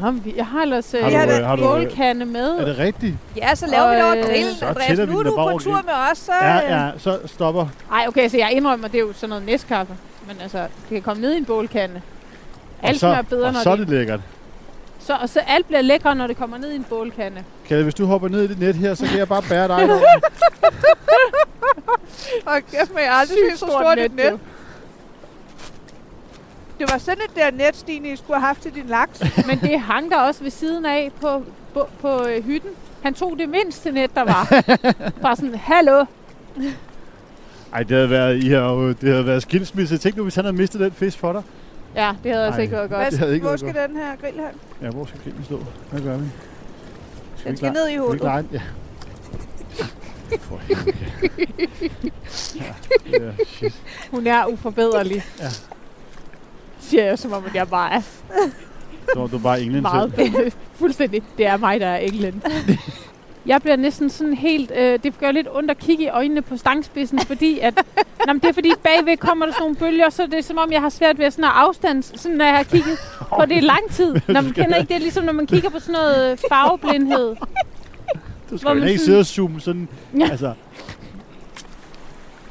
C: Nå, men vi- jeg har ellers øh,
B: Har
D: vi har
B: du,
D: da-
B: øh, har du, øh,
C: bålkande med.
B: er det rigtigt?
D: ja, så laver vi det
C: Og,
D: over
C: øh,
D: grillen,
B: så
D: Andreas.
B: tænder vi
D: Nu er
B: den
D: du
B: bare
D: på
B: over
D: tur
B: grillen.
D: med os, så...
B: Ja,
D: øh,
B: ja, så stopper.
C: Nej, okay, så jeg indrømmer, det er jo sådan noget næstkaffe. Men altså, det kan komme ned i en bålkande. Alt
B: og så,
C: smager bedre,
B: og
C: når
B: så er
C: det...
B: det lækkert.
C: Så, og så alt bliver lækre, når det kommer ned i en bålkande.
B: Kalle, hvis du hopper ned i det net her, så kan jeg bare bære dig. derover.
C: *laughs*
D: Og kæft med, jeg har aldrig set så stort et net. Det var sådan et der net, Stine, I skulle have haft til din laks.
C: du. Men det hanker også ved siden af på, på, på øh, hytten. Han tog det mindste net, der
B: *laughs*
C: var. Bare sådan, hallo.
B: Ej, det havde været, I har, jo- det havde været skilsmisse. Tænk nu, hvis han havde mistet den fisk for dig.
C: Ja, det havde altså
B: Ej.
C: ikke været godt.
D: Hvad,
B: Det havde ikke
D: hvor
B: været
D: skal den her grill hen?
B: Ja, hvor skal grillen stå? Hvad gør vi? vi
D: Den
B: ikke
D: skal
B: lege-
D: ned i
B: Skal vi ikke
D: hullet.
B: lege den? Ja. *laughs* For helvede. ja. ja, shit.
C: Hun er uforbederlig.
B: Ja.
C: Siger jeg, som om at jeg bare er
B: Så var du bare englen
C: meget
B: selv. *laughs*
C: fuldstændig. Det er mig, der er englen. Jeg bliver næsten sådan helt... Øh, det gør lidt ondt at kigge i øjnene på stangspidsen, fordi
B: *laughs*
C: at... Nå, men det er fordi, bagved kommer der sådan nogle bølger, så det er som om, jeg har svært ved sådan at afstand, sådan når jeg har kigget på det i lang
B: *laughs*
C: tid. Når man kender ikke det, er ligesom når man kigger på sådan noget øh, farveblindhed.
B: Du
C: hvor
B: skal jo
C: man
B: ikke
C: sådan-
B: sidde og zoome sådan.
C: Ja.
B: Altså,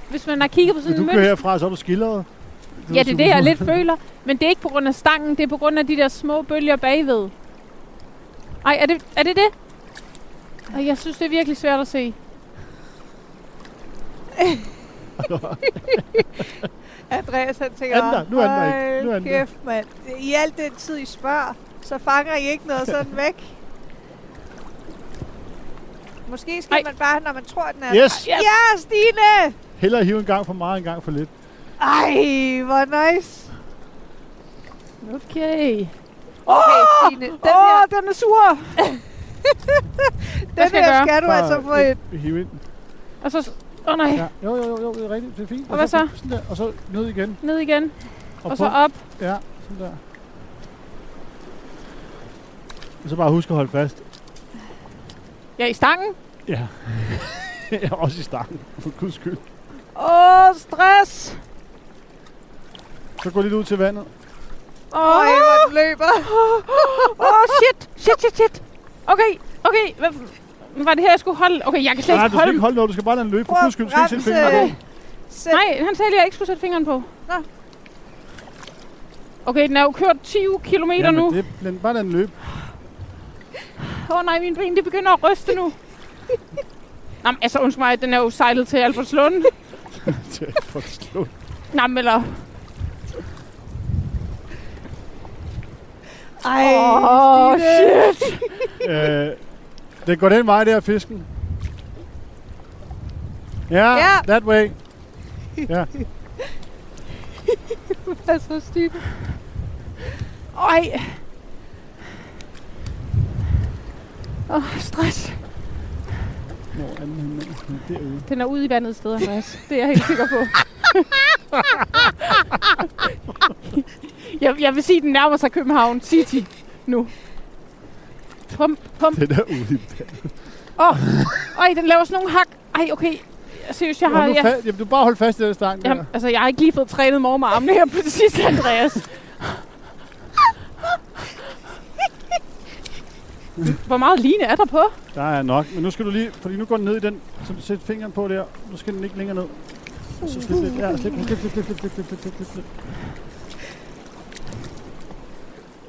C: Hvis man har kigget på
B: hvis
C: sådan
B: du
C: en
B: kører
C: mønster,
B: herfra, så er du skildret.
C: ja, det er det,
B: *laughs*
C: jeg lidt føler. Men det er ikke på grund af stangen, det er på grund af de der små bølger bagved. Ej, er det er det? det? Ej, jeg synes, det er virkelig svært at se.
D: Andreas, han tænker,
B: Anden der. Nu er den der ikke.
D: "Hold
B: Nu er den der."
D: kæft, mand. I al den tid, I spørger, så fanger I ikke noget
B: *laughs*
D: sådan væk. Måske skal
C: Ej.
D: Ej. man bare, når man tror, den er...
B: Yes!
C: Yes!
D: Ja, Stine!
B: Hellere hive en gang for meget, en gang for lidt.
D: Ej, hvor nice.
C: Okay.
D: Okay, Stine, den
C: Åh,
D: her... den er sur! *laughs* den
C: skal jeg
D: her
C: gøre?
D: skal du
B: Bare
D: altså få et...
B: Hive ind.
C: Og så... Åh oh, nej,
B: Ja. Jo, jo, jo, jo, det er rigtigt. Det er fint.
C: Og hvad så?
B: Sådan der, og så ned igen.
C: ned igen. Og, og så
B: på.
C: op.
B: Ja, sådan der. Og så bare husk at holde fast.
C: Ja, i stangen.
B: Ja. *laughs* Også i starten, for guds skyld.
D: Åh, oh, stress!
B: Så gå lidt ud til vandet.
C: Åh,
D: Øj,
C: oh,
D: hvor den løber.
C: oh, shit, shit, shit, shit. Okay, okay. Hvad f- var det her, jeg skulle holde? Okay, jeg kan slet
B: Nej,
C: ikke
B: du skal
C: holde.
B: ikke holde noget. Du skal bare lade den løbe, for
D: Prøv
B: guds skyld. Du skal ikke sætte
D: at
B: fingeren
C: øh,
D: bremse.
B: på.
D: Sæt
C: Nej, han sagde, at jeg ikke skulle sætte fingeren på.
D: Nå.
C: Okay, den er jo kørt 10 km nu.
B: det, lad, den- bare lad den løbe. *laughs*
C: Åh oh, nej, mine ben, det begynder at
B: *laughs*
C: ryste nu. Nå, men altså, undskyld mig, den er jo sejlet til Albertslund.
B: Til at få den slået.
C: Nå, men eller...
D: Ej,
C: Åh, oh, shit.
B: øh, den går den vej der, fisken. Ja,
D: Ja.
B: yeah, that way. Ja,
D: det er så stygt.
C: Ej. Åh, oh, stress.
B: hvor er den henne? Den er Derude.
C: Den er ude i vandet et sted, Andreas. Det er jeg helt sikker på. Jeg, jeg vil sige, at den nærmer sig København City nu. Pum, pum.
B: Den er ude i den.
C: Åh, oh. Ej, den laver sådan nogle hak. Ej, okay. Seriøst, jeg har...
B: nu
C: Jeg,
B: fa- Jamen, du bare hold fast i den stang der.
C: Jamen, altså, jeg har ikke lige fået trænet mor med armene her på det sidste, Andreas. Hvor meget line er der på?
B: Der er nok. Men nu skal du lige... Fordi nu går den ned i den, som du sætter fingeren på der. Nu skal den ikke længere ned. Så slip lidt. Ja, slip, slip, slip, slip, slip, slip, slip, slip, slip, slip.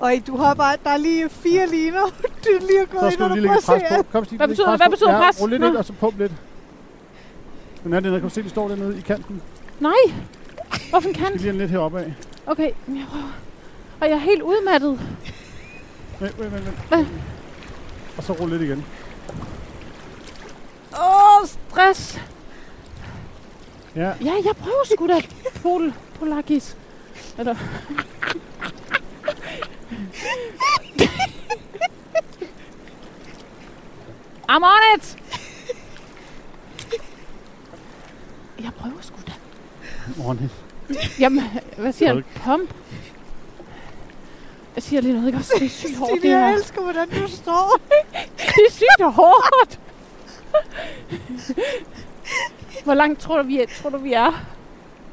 E: Og du har bare, der er lige fire
D: *laughs*
E: liner. Du er lige gået
B: Så
E: ind
B: skal du
E: under
B: lige lægge pres
E: brystet.
B: på. Kom, Stig,
C: Hvad
B: læg
C: betyder-
B: pres
C: hvad
B: på.
C: betyder
B: ja,
C: pres?
B: Rul lidt
C: Nå.
B: ind, og så pump lidt. Den er dernede. Kan du se, de står dernede i kanten? Vi
C: Nej. Hvorfor en kant?
B: skal lige have den lidt heroppe af.
C: Okay. men jeg prøver. Og jeg er helt udmattet.
B: Vent, vent, vent,
C: Hvad?
B: vent. Og så rul lidt igen.
C: Åh, oh, stress.
B: Ja,
C: Ja, jeg prøver sgu da. Pol, polakis. Eller... I'm on it! Jeg prøver sgu da.
B: ordentligt.
C: Jamen, hvad siger han?
B: Tryk.
C: Pump? Jeg siger lige noget, ikke også? Det er sygt hårdt, det
E: Stine, jeg
C: her.
E: elsker, hvordan du står.
C: Det er sygt hårdt! Hvor langt tror du, vi er? Tror du, vi er?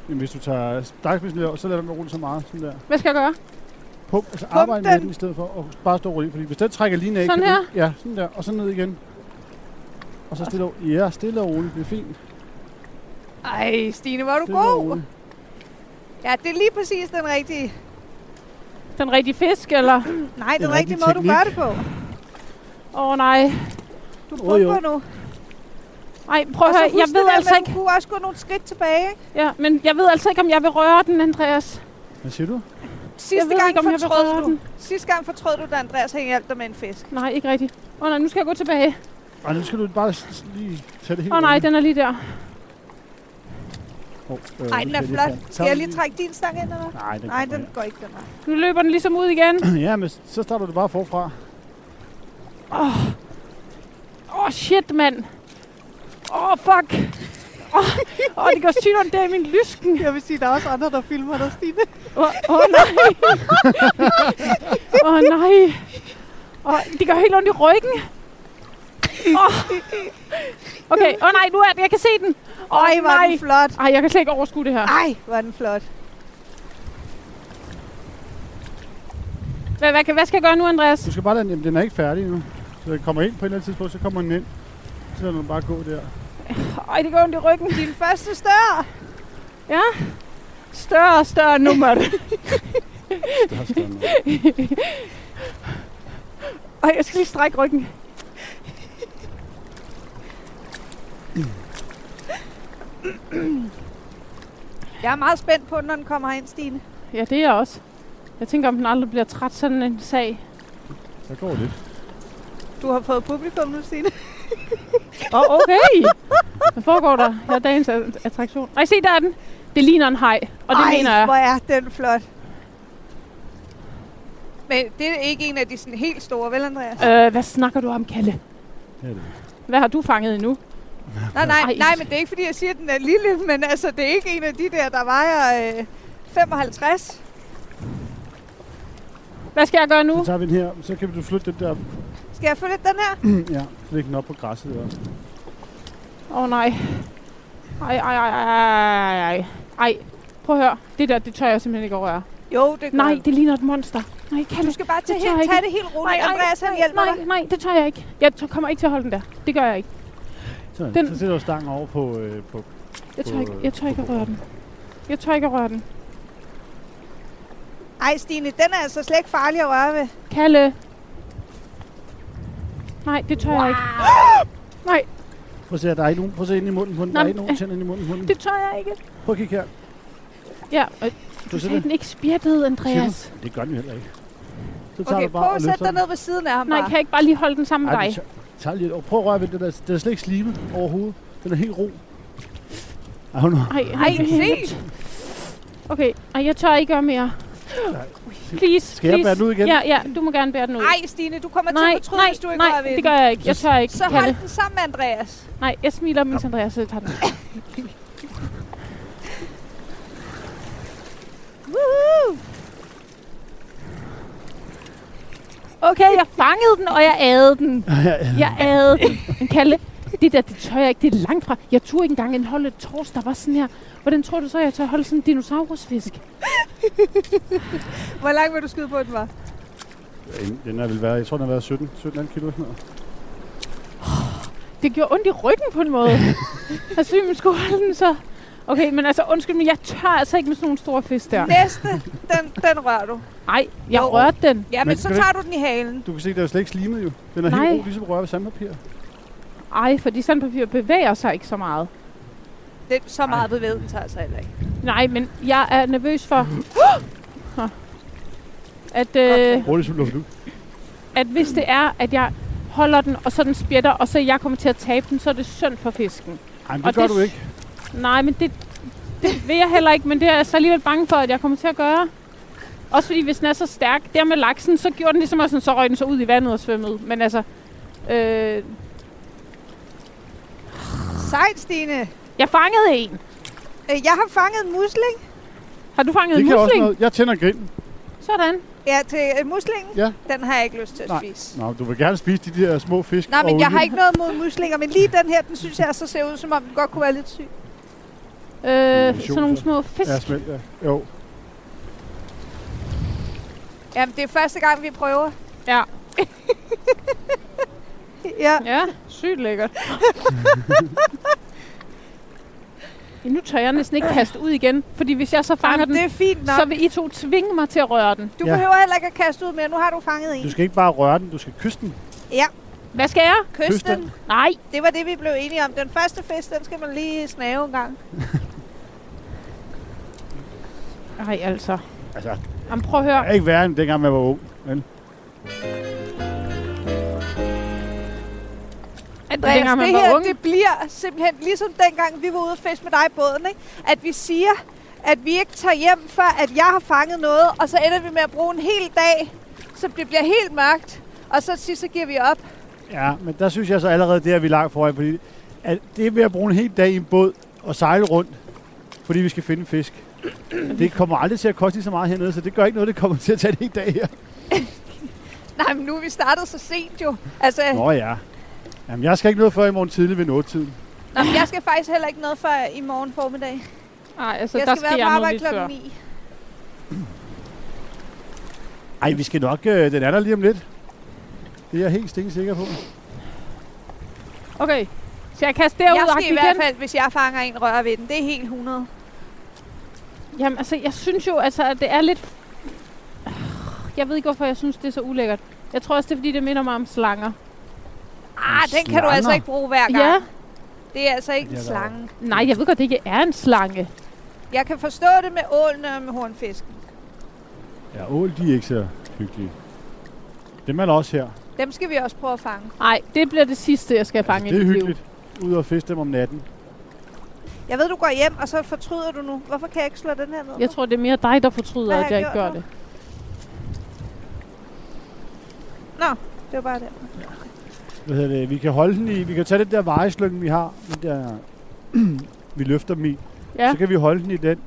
B: Jamen, hvis du tager stakspidsen der, så lader den med at rulle så meget. Sådan der.
C: Hvad skal jeg gøre?
B: Pump, altså arbejde med
E: den.
B: den i stedet for, og bare stå roligt. Fordi hvis den trækker lige ned...
C: Sådan
B: kan du-
C: her?
B: Ja, sådan der. Og så ned igen. Og så stille og Ja, stille og roligt. Det er fint.
D: Ej, Stine, var du
B: Stille og
D: god.
B: roligt.
D: Ja, det er lige præcis den rigtige,
C: Den rigtige fisk, eller?
D: nej,
B: Den
D: den
B: rigtige
D: rigtige måde, du
B: teknik.
D: gør det på.
C: Åh oh, nej.
D: Du
B: Jo, jo.
D: pumper nu.
C: Ej, prøv
D: Og
C: at
D: så
C: høre,
D: husk
C: jeg
D: det
C: ved
D: der
C: altså
D: med,
C: ikke,
D: Du kunne også gå nogle skridt tilbage. ikke?
C: ja, men jeg ved altså ikke, om jeg vil røre den, Andreas.
B: Hvad siger du?
C: Jeg
D: Sidste
C: ved
D: gang
C: ikke, om jeg vil
D: fortrød
C: røre
D: du.
C: den.
D: Sidste gang fortrød du, da Andreas havde hjalp dig med en fisk.
C: Nej, ikke rigtigt. Åh oh, nej, nu skal jeg gå tilbage.
B: Ej, nu skal du bare s- s- lige tage det helt
C: Åh oh, nej,
B: roligt.
C: den er lige der.
B: Hov, øh,
D: Nej,
B: nu
D: den er
B: skal jeg lige
D: flot.
B: få den.
D: Skal jeg
B: Tag
D: lige trække din stang ind, eller hvad?
B: Nej, den
D: Nej,
B: kommer
D: den går ikke den vej.
C: Nu løber den ligesom ud igen.
B: her. *clears throat* Ja, men s- så starter du bare forfra.
C: Åh oh, shit, mand. Åh oh, fuck. Åh, oh, det går sygt ondt der i min lysken.
E: Jeg vil sige, der er også andre, der filmer dig, Stine.
C: Åh oh, oh, nej. Åh oh, nej. Åh, oh, det gør helt ondt i ryggen. Oh. Okay, åh oh, nej, nu er det. Jeg kan se den. Åh oh,
D: Ej, var
C: nej.
D: den flot.
C: Ej, jeg kan slet ikke overskue det her.
D: Ej, var den flot.
C: Hvad, hvad, kan- hvad skal jeg gøre nu, Andreas?
B: Du skal bare lade den, jamen, den er ikke færdig nu. Så den kommer ind på et eller andet tidspunkt, så kommer den ind. Så lader du den bare gå der.
C: Ej, det gør ondt i ryggen.
D: Din første større.
C: Større og større nummer.
B: Det har stået noget.
C: Ej, jeg skal lige strække ryggen.
D: Jeg er meget spændt på, når den kommer herind, Stine.
C: Ja, det er jeg også. Jeg tænker, om den aldrig bliver træt sådan en sag.
B: Der går lidt.
D: Du har fået publikum nu, Stine.
C: *laughs* Åh, oh, okay. Hvad foregår der? Jeg er dagens at- attraktion. Nej, se, der er den. Det ligner en hej, og det
D: Ej,
C: mener jeg.
D: hvor er den flot. Men det er ikke en af de sådan helt store, vel, Andreas?
C: Øh, hvad snakker du om, Kalle?
B: Ja, det er.
C: Hvad har du fanget endnu?
D: Nej, nej,
C: Ej.
D: nej, men det er ikke, fordi jeg siger, at den er lille, men altså, det er ikke en af de der, der vejer øh, 55.
C: Hvad skal jeg gøre nu?
B: Så tager vi den her, så kan du flytte den der. *clears throat*
D: Skal jeg få lidt den her?
B: ja, lægge den op på græsset der.
C: Åh, oh, nej. Ej, ej, ej, ej, ej, ej. Ej, prøv at høre. Det der, det tør jeg simpelthen ikke at røre.
D: Jo, det går.
C: Nej, det ligner et monster. Nej, Kalle.
D: Du skal bare tage,
C: tør jeg
D: helt,
C: ikke.
D: tage det helt roligt.
C: Nej,
D: Andreas, han hjælper
C: nej,
D: dig.
C: nej, det tør jeg ikke. Jeg tør- kommer ikke til at holde den der. Det gør jeg ikke.
B: Sådan.
C: Den-
B: Så sætter du stangen over på, øh, på
C: Jeg tør
B: på,
C: ikke,
B: øh,
C: jeg tør
B: på
C: ikke at
B: bordet.
C: røre den. Jeg tør ikke at røre den.
D: Ej, Stine, den er altså slet ikke farlig at røre ved.
C: Kalle. Nej, det tør wow. jeg ikke. Nej,
B: Prøv at se, her, der er ikke nogen. Prøv at se ind i munden på den. Der
C: Nej,
B: er
C: men-
B: ikke nogen tænder ind i munden på den.
C: det tør jeg ikke.
B: Prøv at kigge her.
C: Ja,
B: Du
C: og du
B: ser
C: sagde
B: det?
C: den ikke spjættede, Andreas.
B: Siger Det gør den jo heller ikke. Så tager
D: Okay,
B: du bare
D: prøv
B: og
D: at sætte
B: løfter
D: dig
B: den.
D: ned ved siden af ham
C: Nej,
D: bare.
C: kan jeg ikke bare lige holde den sammen med
B: Ej,
C: dig?
B: du tager- tager lige, og prøv at røre ved det der. Den er slet ikke slimet overhovedet. Den er helt ro. Ej, hun
C: Ej,
D: Ej, se!
C: Okay, ej, jeg tør ikke gøre mere.
B: Nej.
C: Please,
B: Skal jeg
C: please.
B: bære den ud igen?
C: Ja, ja, du må gerne bære den ud.
D: Ej, Stine, du kommer til
C: nej,
D: at fortryde,
C: nej,
D: hvis du ikke
C: nej,
D: rører ved
C: det
D: den.
C: gør jeg ikke. Jeg tør ikke,
D: Så
C: Kalle.
D: hold den sammen med Andreas.
C: øh, Nej, jeg smiler, mens Andreas tager den. Woohoo! Okay, jeg fangede den, og jeg adede den. Jeg adede den. Men Kalle, det der, det tør jeg ikke. Det er langt fra. Jeg turde ikke engang holde et tors, der var sådan her. Hvordan tror du så, jeg tør holde sådan en dinosaurusfisk?
D: Hvor langt vil du skyde på, at den var?
B: Den har vel været, jeg tror, den har været 17, 17 kilo eller sådan noget.
C: Det gjorde ondt i ryggen på en måde. jeg synes, man skulle holde den så. Okay, men altså undskyld, men jeg tør altså ikke med sådan nogle store fisk der.
D: Næste, den, den rører du.
C: Nej, jeg
D: Jo.
C: rørte den.
D: Ja, men,
B: Men
D: så
B: skal du-
D: tager du den i halen.
B: Du kan se, der er jo slet ikke slimet jo. Den er
C: Nej.
B: helt ro, ligesom rørt ved sandpapir.
C: Ej, fordi sandpapir bevæger sig ikke så meget.
D: Den, så meget bevæget den tager sig heller ikke.
C: Nej, men jeg er nervøs for, *gasps* at, øh,
D: Okay.
B: Rolig som luft ud.
C: at hvis det er, at jeg holder den, og så den spjætter, og så jeg kommer til at tabe den, så er det synd for fisken.
B: Ej, men
C: Og
B: det gør
C: det-
B: du ikke.
C: Nej, men det, det vil jeg heller ikke, men det er jeg så alligevel bange for, at jeg kommer til at gøre. Også fordi, hvis den er så stærk, der med laksen, så gjorde den ligesom også sådan, så røg den så ud i vandet og svømmede. Men altså, øh,
D: Sejt, Stine.
C: jeg fangede en.
D: Øh, Jeg har fanget en musling.
C: Har du fanget
B: Det
C: en
B: kan også
C: musling?
B: noget. Jeg tænder grinden.
C: Sådan.
D: Ja, til øh, muslingen.
B: Ja.
D: Den har jeg ikke lyst til at
B: Nej.
D: spise.
B: Nå, du vil gerne spise de der små fisk.
D: Nej,
B: og
D: men jeg
B: olie.
D: har ikke noget mod muslinger, men lige den her, den synes jeg så ser ud, som om den godt kunne være lidt syg.
C: Øh,
B: sjovt,
C: sådan nogle
B: så.
C: små fisk.
B: Ja, smelt, ja. Jo.
D: Jamen, det er første gang, vi prøver.
C: Ja.
D: *laughs* ja.
C: Ja, sygt
B: *laughs*
C: lækkert. Ja, nu tør jeg næsten ikke kaste ud igen, fordi hvis jeg så fanger
D: Jamen,
C: den,
D: det er fint nok.
C: så vil I to tvinge mig til at røre den.
D: Du
B: Ja.
D: ja. behøver heller ikke at kaste ud mere. Nu har du fanget en.
B: Du skal ikke bare røre den, du skal kysse den.
C: Hvad skal jeg?
D: Kys
B: kysse den.
D: den.
C: Nej,
D: Det var det, vi blev enige om. Den første fisk, den skal man lige snave en gang.
C: nej altså.
B: Altså, det
C: Jamen, prøv at høre.
B: er ikke værre end dengang, man var ung. Vel?
C: At det,
D: Andreas,
C: dengang
D: altså,
C: man
D: det
C: var
D: her,
C: unge.
D: det bliver simpelthen ligesom dengang, vi var ude og fiske med dig i båden, ikke? At vi siger, at vi ikke tager hjem, før at jeg har fanget noget, og så ender vi med at bruge en hel dag, så det bliver helt mørkt, og så til sidst, så giver vi op.
B: Ja, men der synes jeg så allerede, det er vi langt foran, fordi at det med at bruge en hel dag i en båd og sejle rundt, fordi vi skal finde en fisk, det kommer aldrig til at koste lige så meget hernede, så det gør ikke noget, det kommer til at tage en hel dag her.
D: Nej, men nu er vi startet så sent jo. Altså,
B: Nå ja. Jamen, jeg skal ikke noget før i morgen tidlig ved 8-tiden.
D: nå, men jeg skal faktisk heller ikke noget før i morgen formiddag.
C: Nej, altså,
D: jeg
C: der
D: skal,
C: skal
D: være på
C: jeg nu
D: arbejde
C: lidt før.
D: klokken 9.
B: Ej, vi skal nok, øh, den er der lige om lidt. Det er jeg helt stensikker på.
C: Okay, så jeg kaster
D: Jeg
C: derud og
D: skal i
C: igen?
D: hvert fald, hvis jeg fanger en, røre ved den. Det er helt 100.
C: Jamen, altså, jeg synes jo, altså, at det er lidt... Jeg ved ikke, hvorfor jeg synes, det er så ulækkert. Jeg tror også, det er, fordi det minder mig om slanger.
D: Ah, den kan du altså
B: slanger.
D: ikke bruge hver gang.
C: Ja.
D: Det er altså ikke
B: Ja,
D: en
B: der er-
D: slange.
C: Nej, jeg ved godt, det ikke er en slange.
D: Jeg kan forstå det med ålene og med hornfisken.
B: Ja, ål, de er ikke så hyggelige. Dem er der også her.
D: Dem skal vi også prøve at fange.
C: Nej, det bliver det sidste, jeg skal fange
B: Altså, det
C: i
B: er
C: mit liv.
B: hyggeligt. Ud og fiske dem om natten.
D: Jeg ved, du går hjem, og så fortryder du nu. Hvorfor kan jeg ikke slå den her ned?
C: Jeg tror, det er mere dig, der fortryder,
D: Hvad har jeg
C: at jeg ikke gør
D: gjort nu?
C: det.
D: Det var bare det.
B: Hvad hedder det? Vi kan holde den i, vi kan tage den der vejeslynge, vi har. Den der, *clears throat* vi løfter dem i.
C: Ja,
B: Så kan vi holde den i den.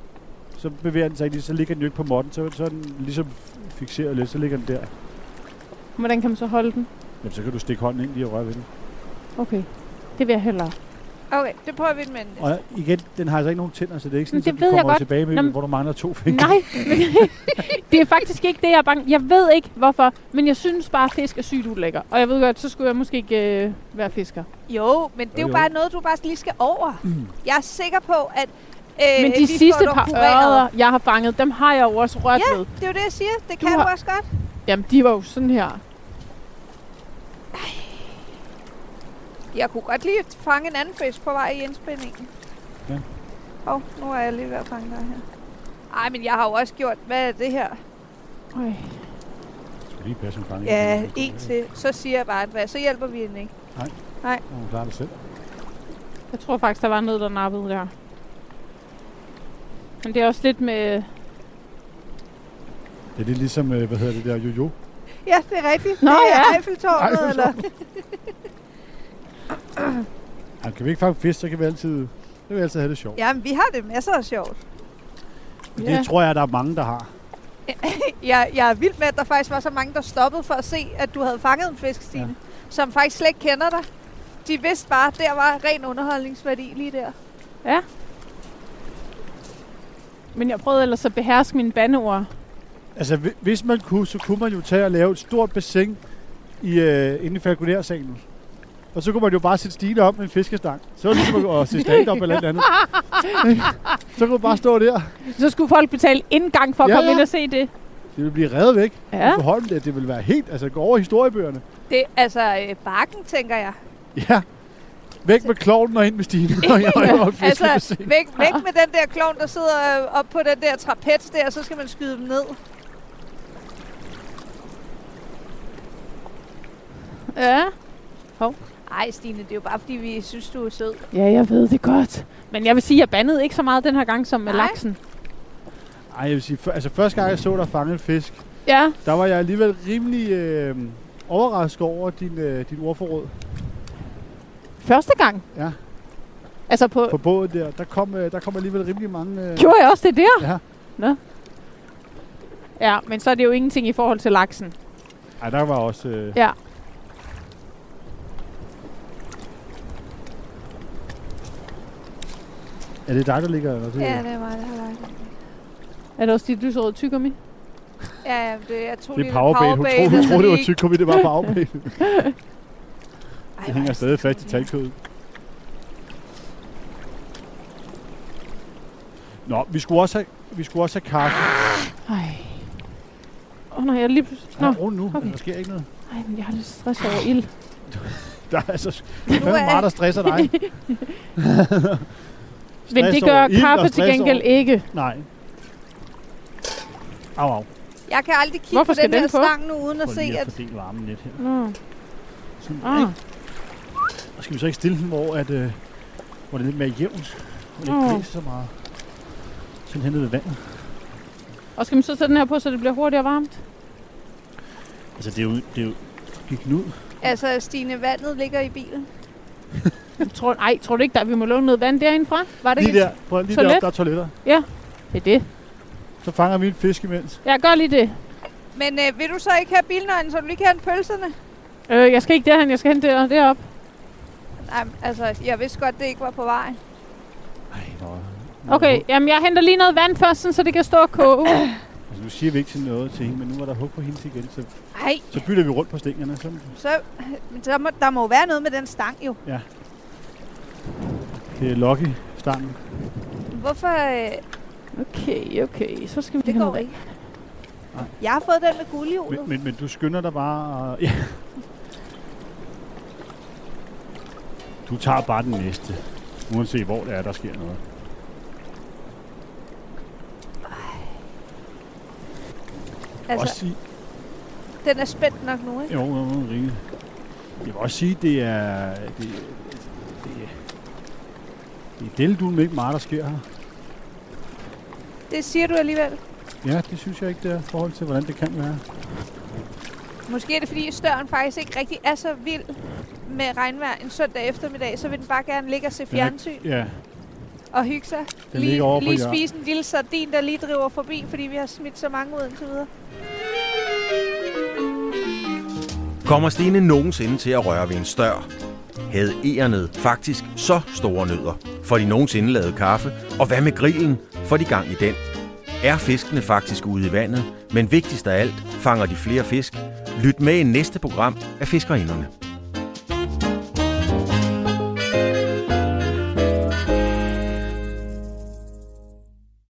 B: Så bevæger den sig ikke lige, så ligger den jo ikke på måtten. Så, så er den ligesom fixeret lidt, så ligger den der.
C: hvordan kan man så holde den?
B: Jamen, så kan du stikke hånden ind lige og røre ved den.
C: Okay, det vil jeg hellere.
D: Okay, det prøver vi den med.
B: Og igen, den har altså ikke nogen tænder, så det er ikke sådan,
C: Men det
B: at du
C: ved jeg
B: kommer
C: godt.
B: tilbage med,
C: Nå, men-
B: hvor du mangler to fingre.
C: Nej, *laughs* men det er faktisk ikke det, jeg er bange. Jeg ved ikke, hvorfor, men jeg synes bare, at fisk er sygt ulækker. Og jeg ved godt, så skulle jeg måske ikke øh, være fisker.
D: Jo, men det er jo,
B: Jo, jo.
D: bare noget, du bare lige skal over. Mm. Jeg er sikker på, at øh,
C: Men de
D: vi
C: sidste
D: får dig
C: par
D: kureret.
C: ører, jeg har fanget, dem har jeg jo også rørt
D: Ja,
C: ved.
D: det er jo det, jeg siger. Det
C: Du
D: kan
C: har-
D: du også godt.
C: Jamen, de var jo sådan her.
D: Jeg kunne godt lige fange en anden fisk på vej i indspændingen.
B: Ja.
D: Hov, nu er jeg lige ved at fange dig her. Ej, men jeg har jo også gjort, hvad er det her?
C: Øj.
B: Jeg skal lige passe en fange.
D: Ja, en til. Så siger jeg bare, hvad? Så hjælper vi den ikke.
B: Og hun klarer det selv.
C: Jeg tror faktisk, der var noget, der nappede der. Men det er også lidt med...
B: Ja, det er ligesom, øh, hvad hedder det der, jojo.
D: Ja, det er rigtigt.
C: Nå,
D: det er
C: ja.
D: Eiffeltårnet,
B: Eiffeltårnet.
D: eller?
B: Ej, kan vi ikke fange fisk, så kan vi altid, så kan vi altid have det sjovt.
D: Jamen, vi har det masser af sjovt.
B: Det tror jeg, der er mange, der har.
D: Jeg, jeg er vild med, at der faktisk var så mange, der stoppede for at se, at du havde fanget en fisk, Stine, ja. som faktisk slet ikke kender dig. De vidste bare, at der var ren underholdningsværdi lige der.
C: Men jeg prøvede ellers at beherske mine bandeord.
B: Altså, hvi- hvis man kunne, så kunne man jo tage og lave et stort bassin i, øh, inde i falconer Og så kunne man jo bare sætte Stine op med en fiskestang. Så var det ligesom at- at se stand-up eller et eller andet. så kunne man bare stå der.
C: Så skulle folk betale indgang for at
B: Ja,
C: ja, komme
B: ja.
C: ja. ind og se det.
B: Det ville blive revet væk.
C: Ja.
B: Ja. For Holm, det, det ville være helt... Altså, gå over i historiebøgerne.
D: Det altså øh, barken, tænker jeg.
B: Ja. Væk med klovnen og ind med Stine. Og jeg var i
D: Altså,
B: fiskebassin.
D: væk, *laughs* væk med den der klovn, der sidder øh, op på den der trapez der, så skal man skyde dem ned.
C: Ja.
D: Ej, Stine, det er jo bare, fordi vi synes, du er sød.
C: Ja, jeg ved det godt. Men jeg vil sige, at jeg bandede ikke så meget den her gang som med
D: Nej.
C: laksen.
B: Ej, jeg vil sige, for, altså første gang jeg så dig fange en fisk,
C: Ja,
B: der var jeg alligevel rimelig øh, overrasket over din, øh, din ordforråd.
C: første gang.
B: Ja.
C: Altså på...
B: På båden der, der kom, øh, der kom alligevel rimelig mange... Øh,
C: Gjorde jeg også det der?
B: Ja.
C: Nå. Ja, men så er det jo ingenting i forhold til laksen.
B: Ej, der var også... Øh,
C: Ja.
B: er det dig, der ligger? Eller? Det,
D: Ja, det er mig, der har lagt den.
C: Er det også dit lyserøde tyggegummi?
D: Ja, ja, det er to
B: det er powerbait. Hun troede, hun
D: *laughs*
B: troede, det var tyk, kom det var powerbait. Det hænger stadig fast i talkødet. Nå, vi skulle også have, vi skulle også have kaffe.
C: Ej. Åh oh, nej, jeg er lige pludselig... Nå,
B: Ja, rundt nu.
C: okay.
B: Der sker ikke noget.
C: ej, men jeg har lidt stress over ild.
B: Der er altså fandme meget, der stresser dig.
C: Men
B: Stress over
C: det gør
B: ild og
C: kaffe til
B: stress
C: gengæld
B: over-
C: ikke.
B: Nej. Au, au.
D: Jeg kan aldrig kigge
C: Hvorfor
D: på
C: skal
D: den her
C: den på?
D: stang nu, uden at
B: Prøv
D: se,
B: lige at
D: at...
B: fordele varmen lidt her.
C: Nå.
B: Sådan,
C: Ah.
B: ikke? Og skal vi så ikke stille den, hvor, at, øh, hvor det er lidt mere jævnt? Hvor det
C: Åh.
B: ikke blæser så meget. Sådan hernede ved vandet.
C: Og skal man så sætte den her på, så det bliver hurtigere varmt?
B: Altså, det er jo, det er jo gik nu.
D: Altså, Stine, vandet ligger i bilen.
C: Tror, ej, tror du ikke, at vi må låne noget vand derindefra? Var det
B: Lige
C: ikke?
B: der, prøv, lige
C: Toilet?
B: deroppe, der er toiletter.
C: Det er det.
B: Så fanger vi en fisk imens.
C: Jeg gør lige det.
D: Men øh, vil du så ikke have bilnøglen, så du lige kan have pølserne?
C: Øh, jeg skal ikke derhen, jeg skal hen der, deroppe.
D: Nej, altså, jeg vidste godt, det ikke var på vejen.
B: Ej, nå.
C: Okay, jamen jeg henter lige noget vand først, sådan, så det kan stå og koge.
B: Altså, nu siger vi ikke til noget til hende, men nu var der hug på hende igen, så,
D: Ej,
B: så bytter vi rundt på stængerne. Så,
D: så, så må, der må jo være noget med den stang, jo.
B: det er Lucky stangen.
D: Hvorfor? Øh,
C: Okay, okay, så skal vi
D: det
C: have
D: går
C: noget
D: ikke.
B: Nej.
D: Jeg har fået den med guldhjulet.
B: Men, men, men, du skynder dig bare... Og, *laughs* ja. Du tager bare den næste, uanset hvor det er, der sker noget. Altså, også
D: Altså,
B: sige,
D: den er spændt nok nu, ikke?
B: jo, jo, jo, ringe. Jeg vil også sige, det er... Det, det, det er delduen ikke meget, der sker her.
D: Det siger du alligevel.
B: Ja, det synes jeg ikke, det er i forhold til, hvordan det kan være.
D: Måske er det, fordi støren faktisk ikke rigtig er så vild med regnvejr en søndag eftermiddag, så vil den bare gerne ligge og se
B: Den er-
D: fjernsyn
B: Ja,
D: og hygge sig.
B: den ligger over på
D: lige
B: hjørnet.
D: spise en lille sardin, der lige driver forbi, fordi vi har smidt så mange ud indtil videre.
A: Kommer Stine nogensinde til at røre ved en stør? Havde ærnet faktisk så store nødder? Får de nogensinde lavet kaffe? Og hvad med grillen? Får de gang i den? Er fiskene faktisk ude i vandet? Men vigtigst af alt, fanger de flere fisk? Lyt med i næste program af Fiskerinderne.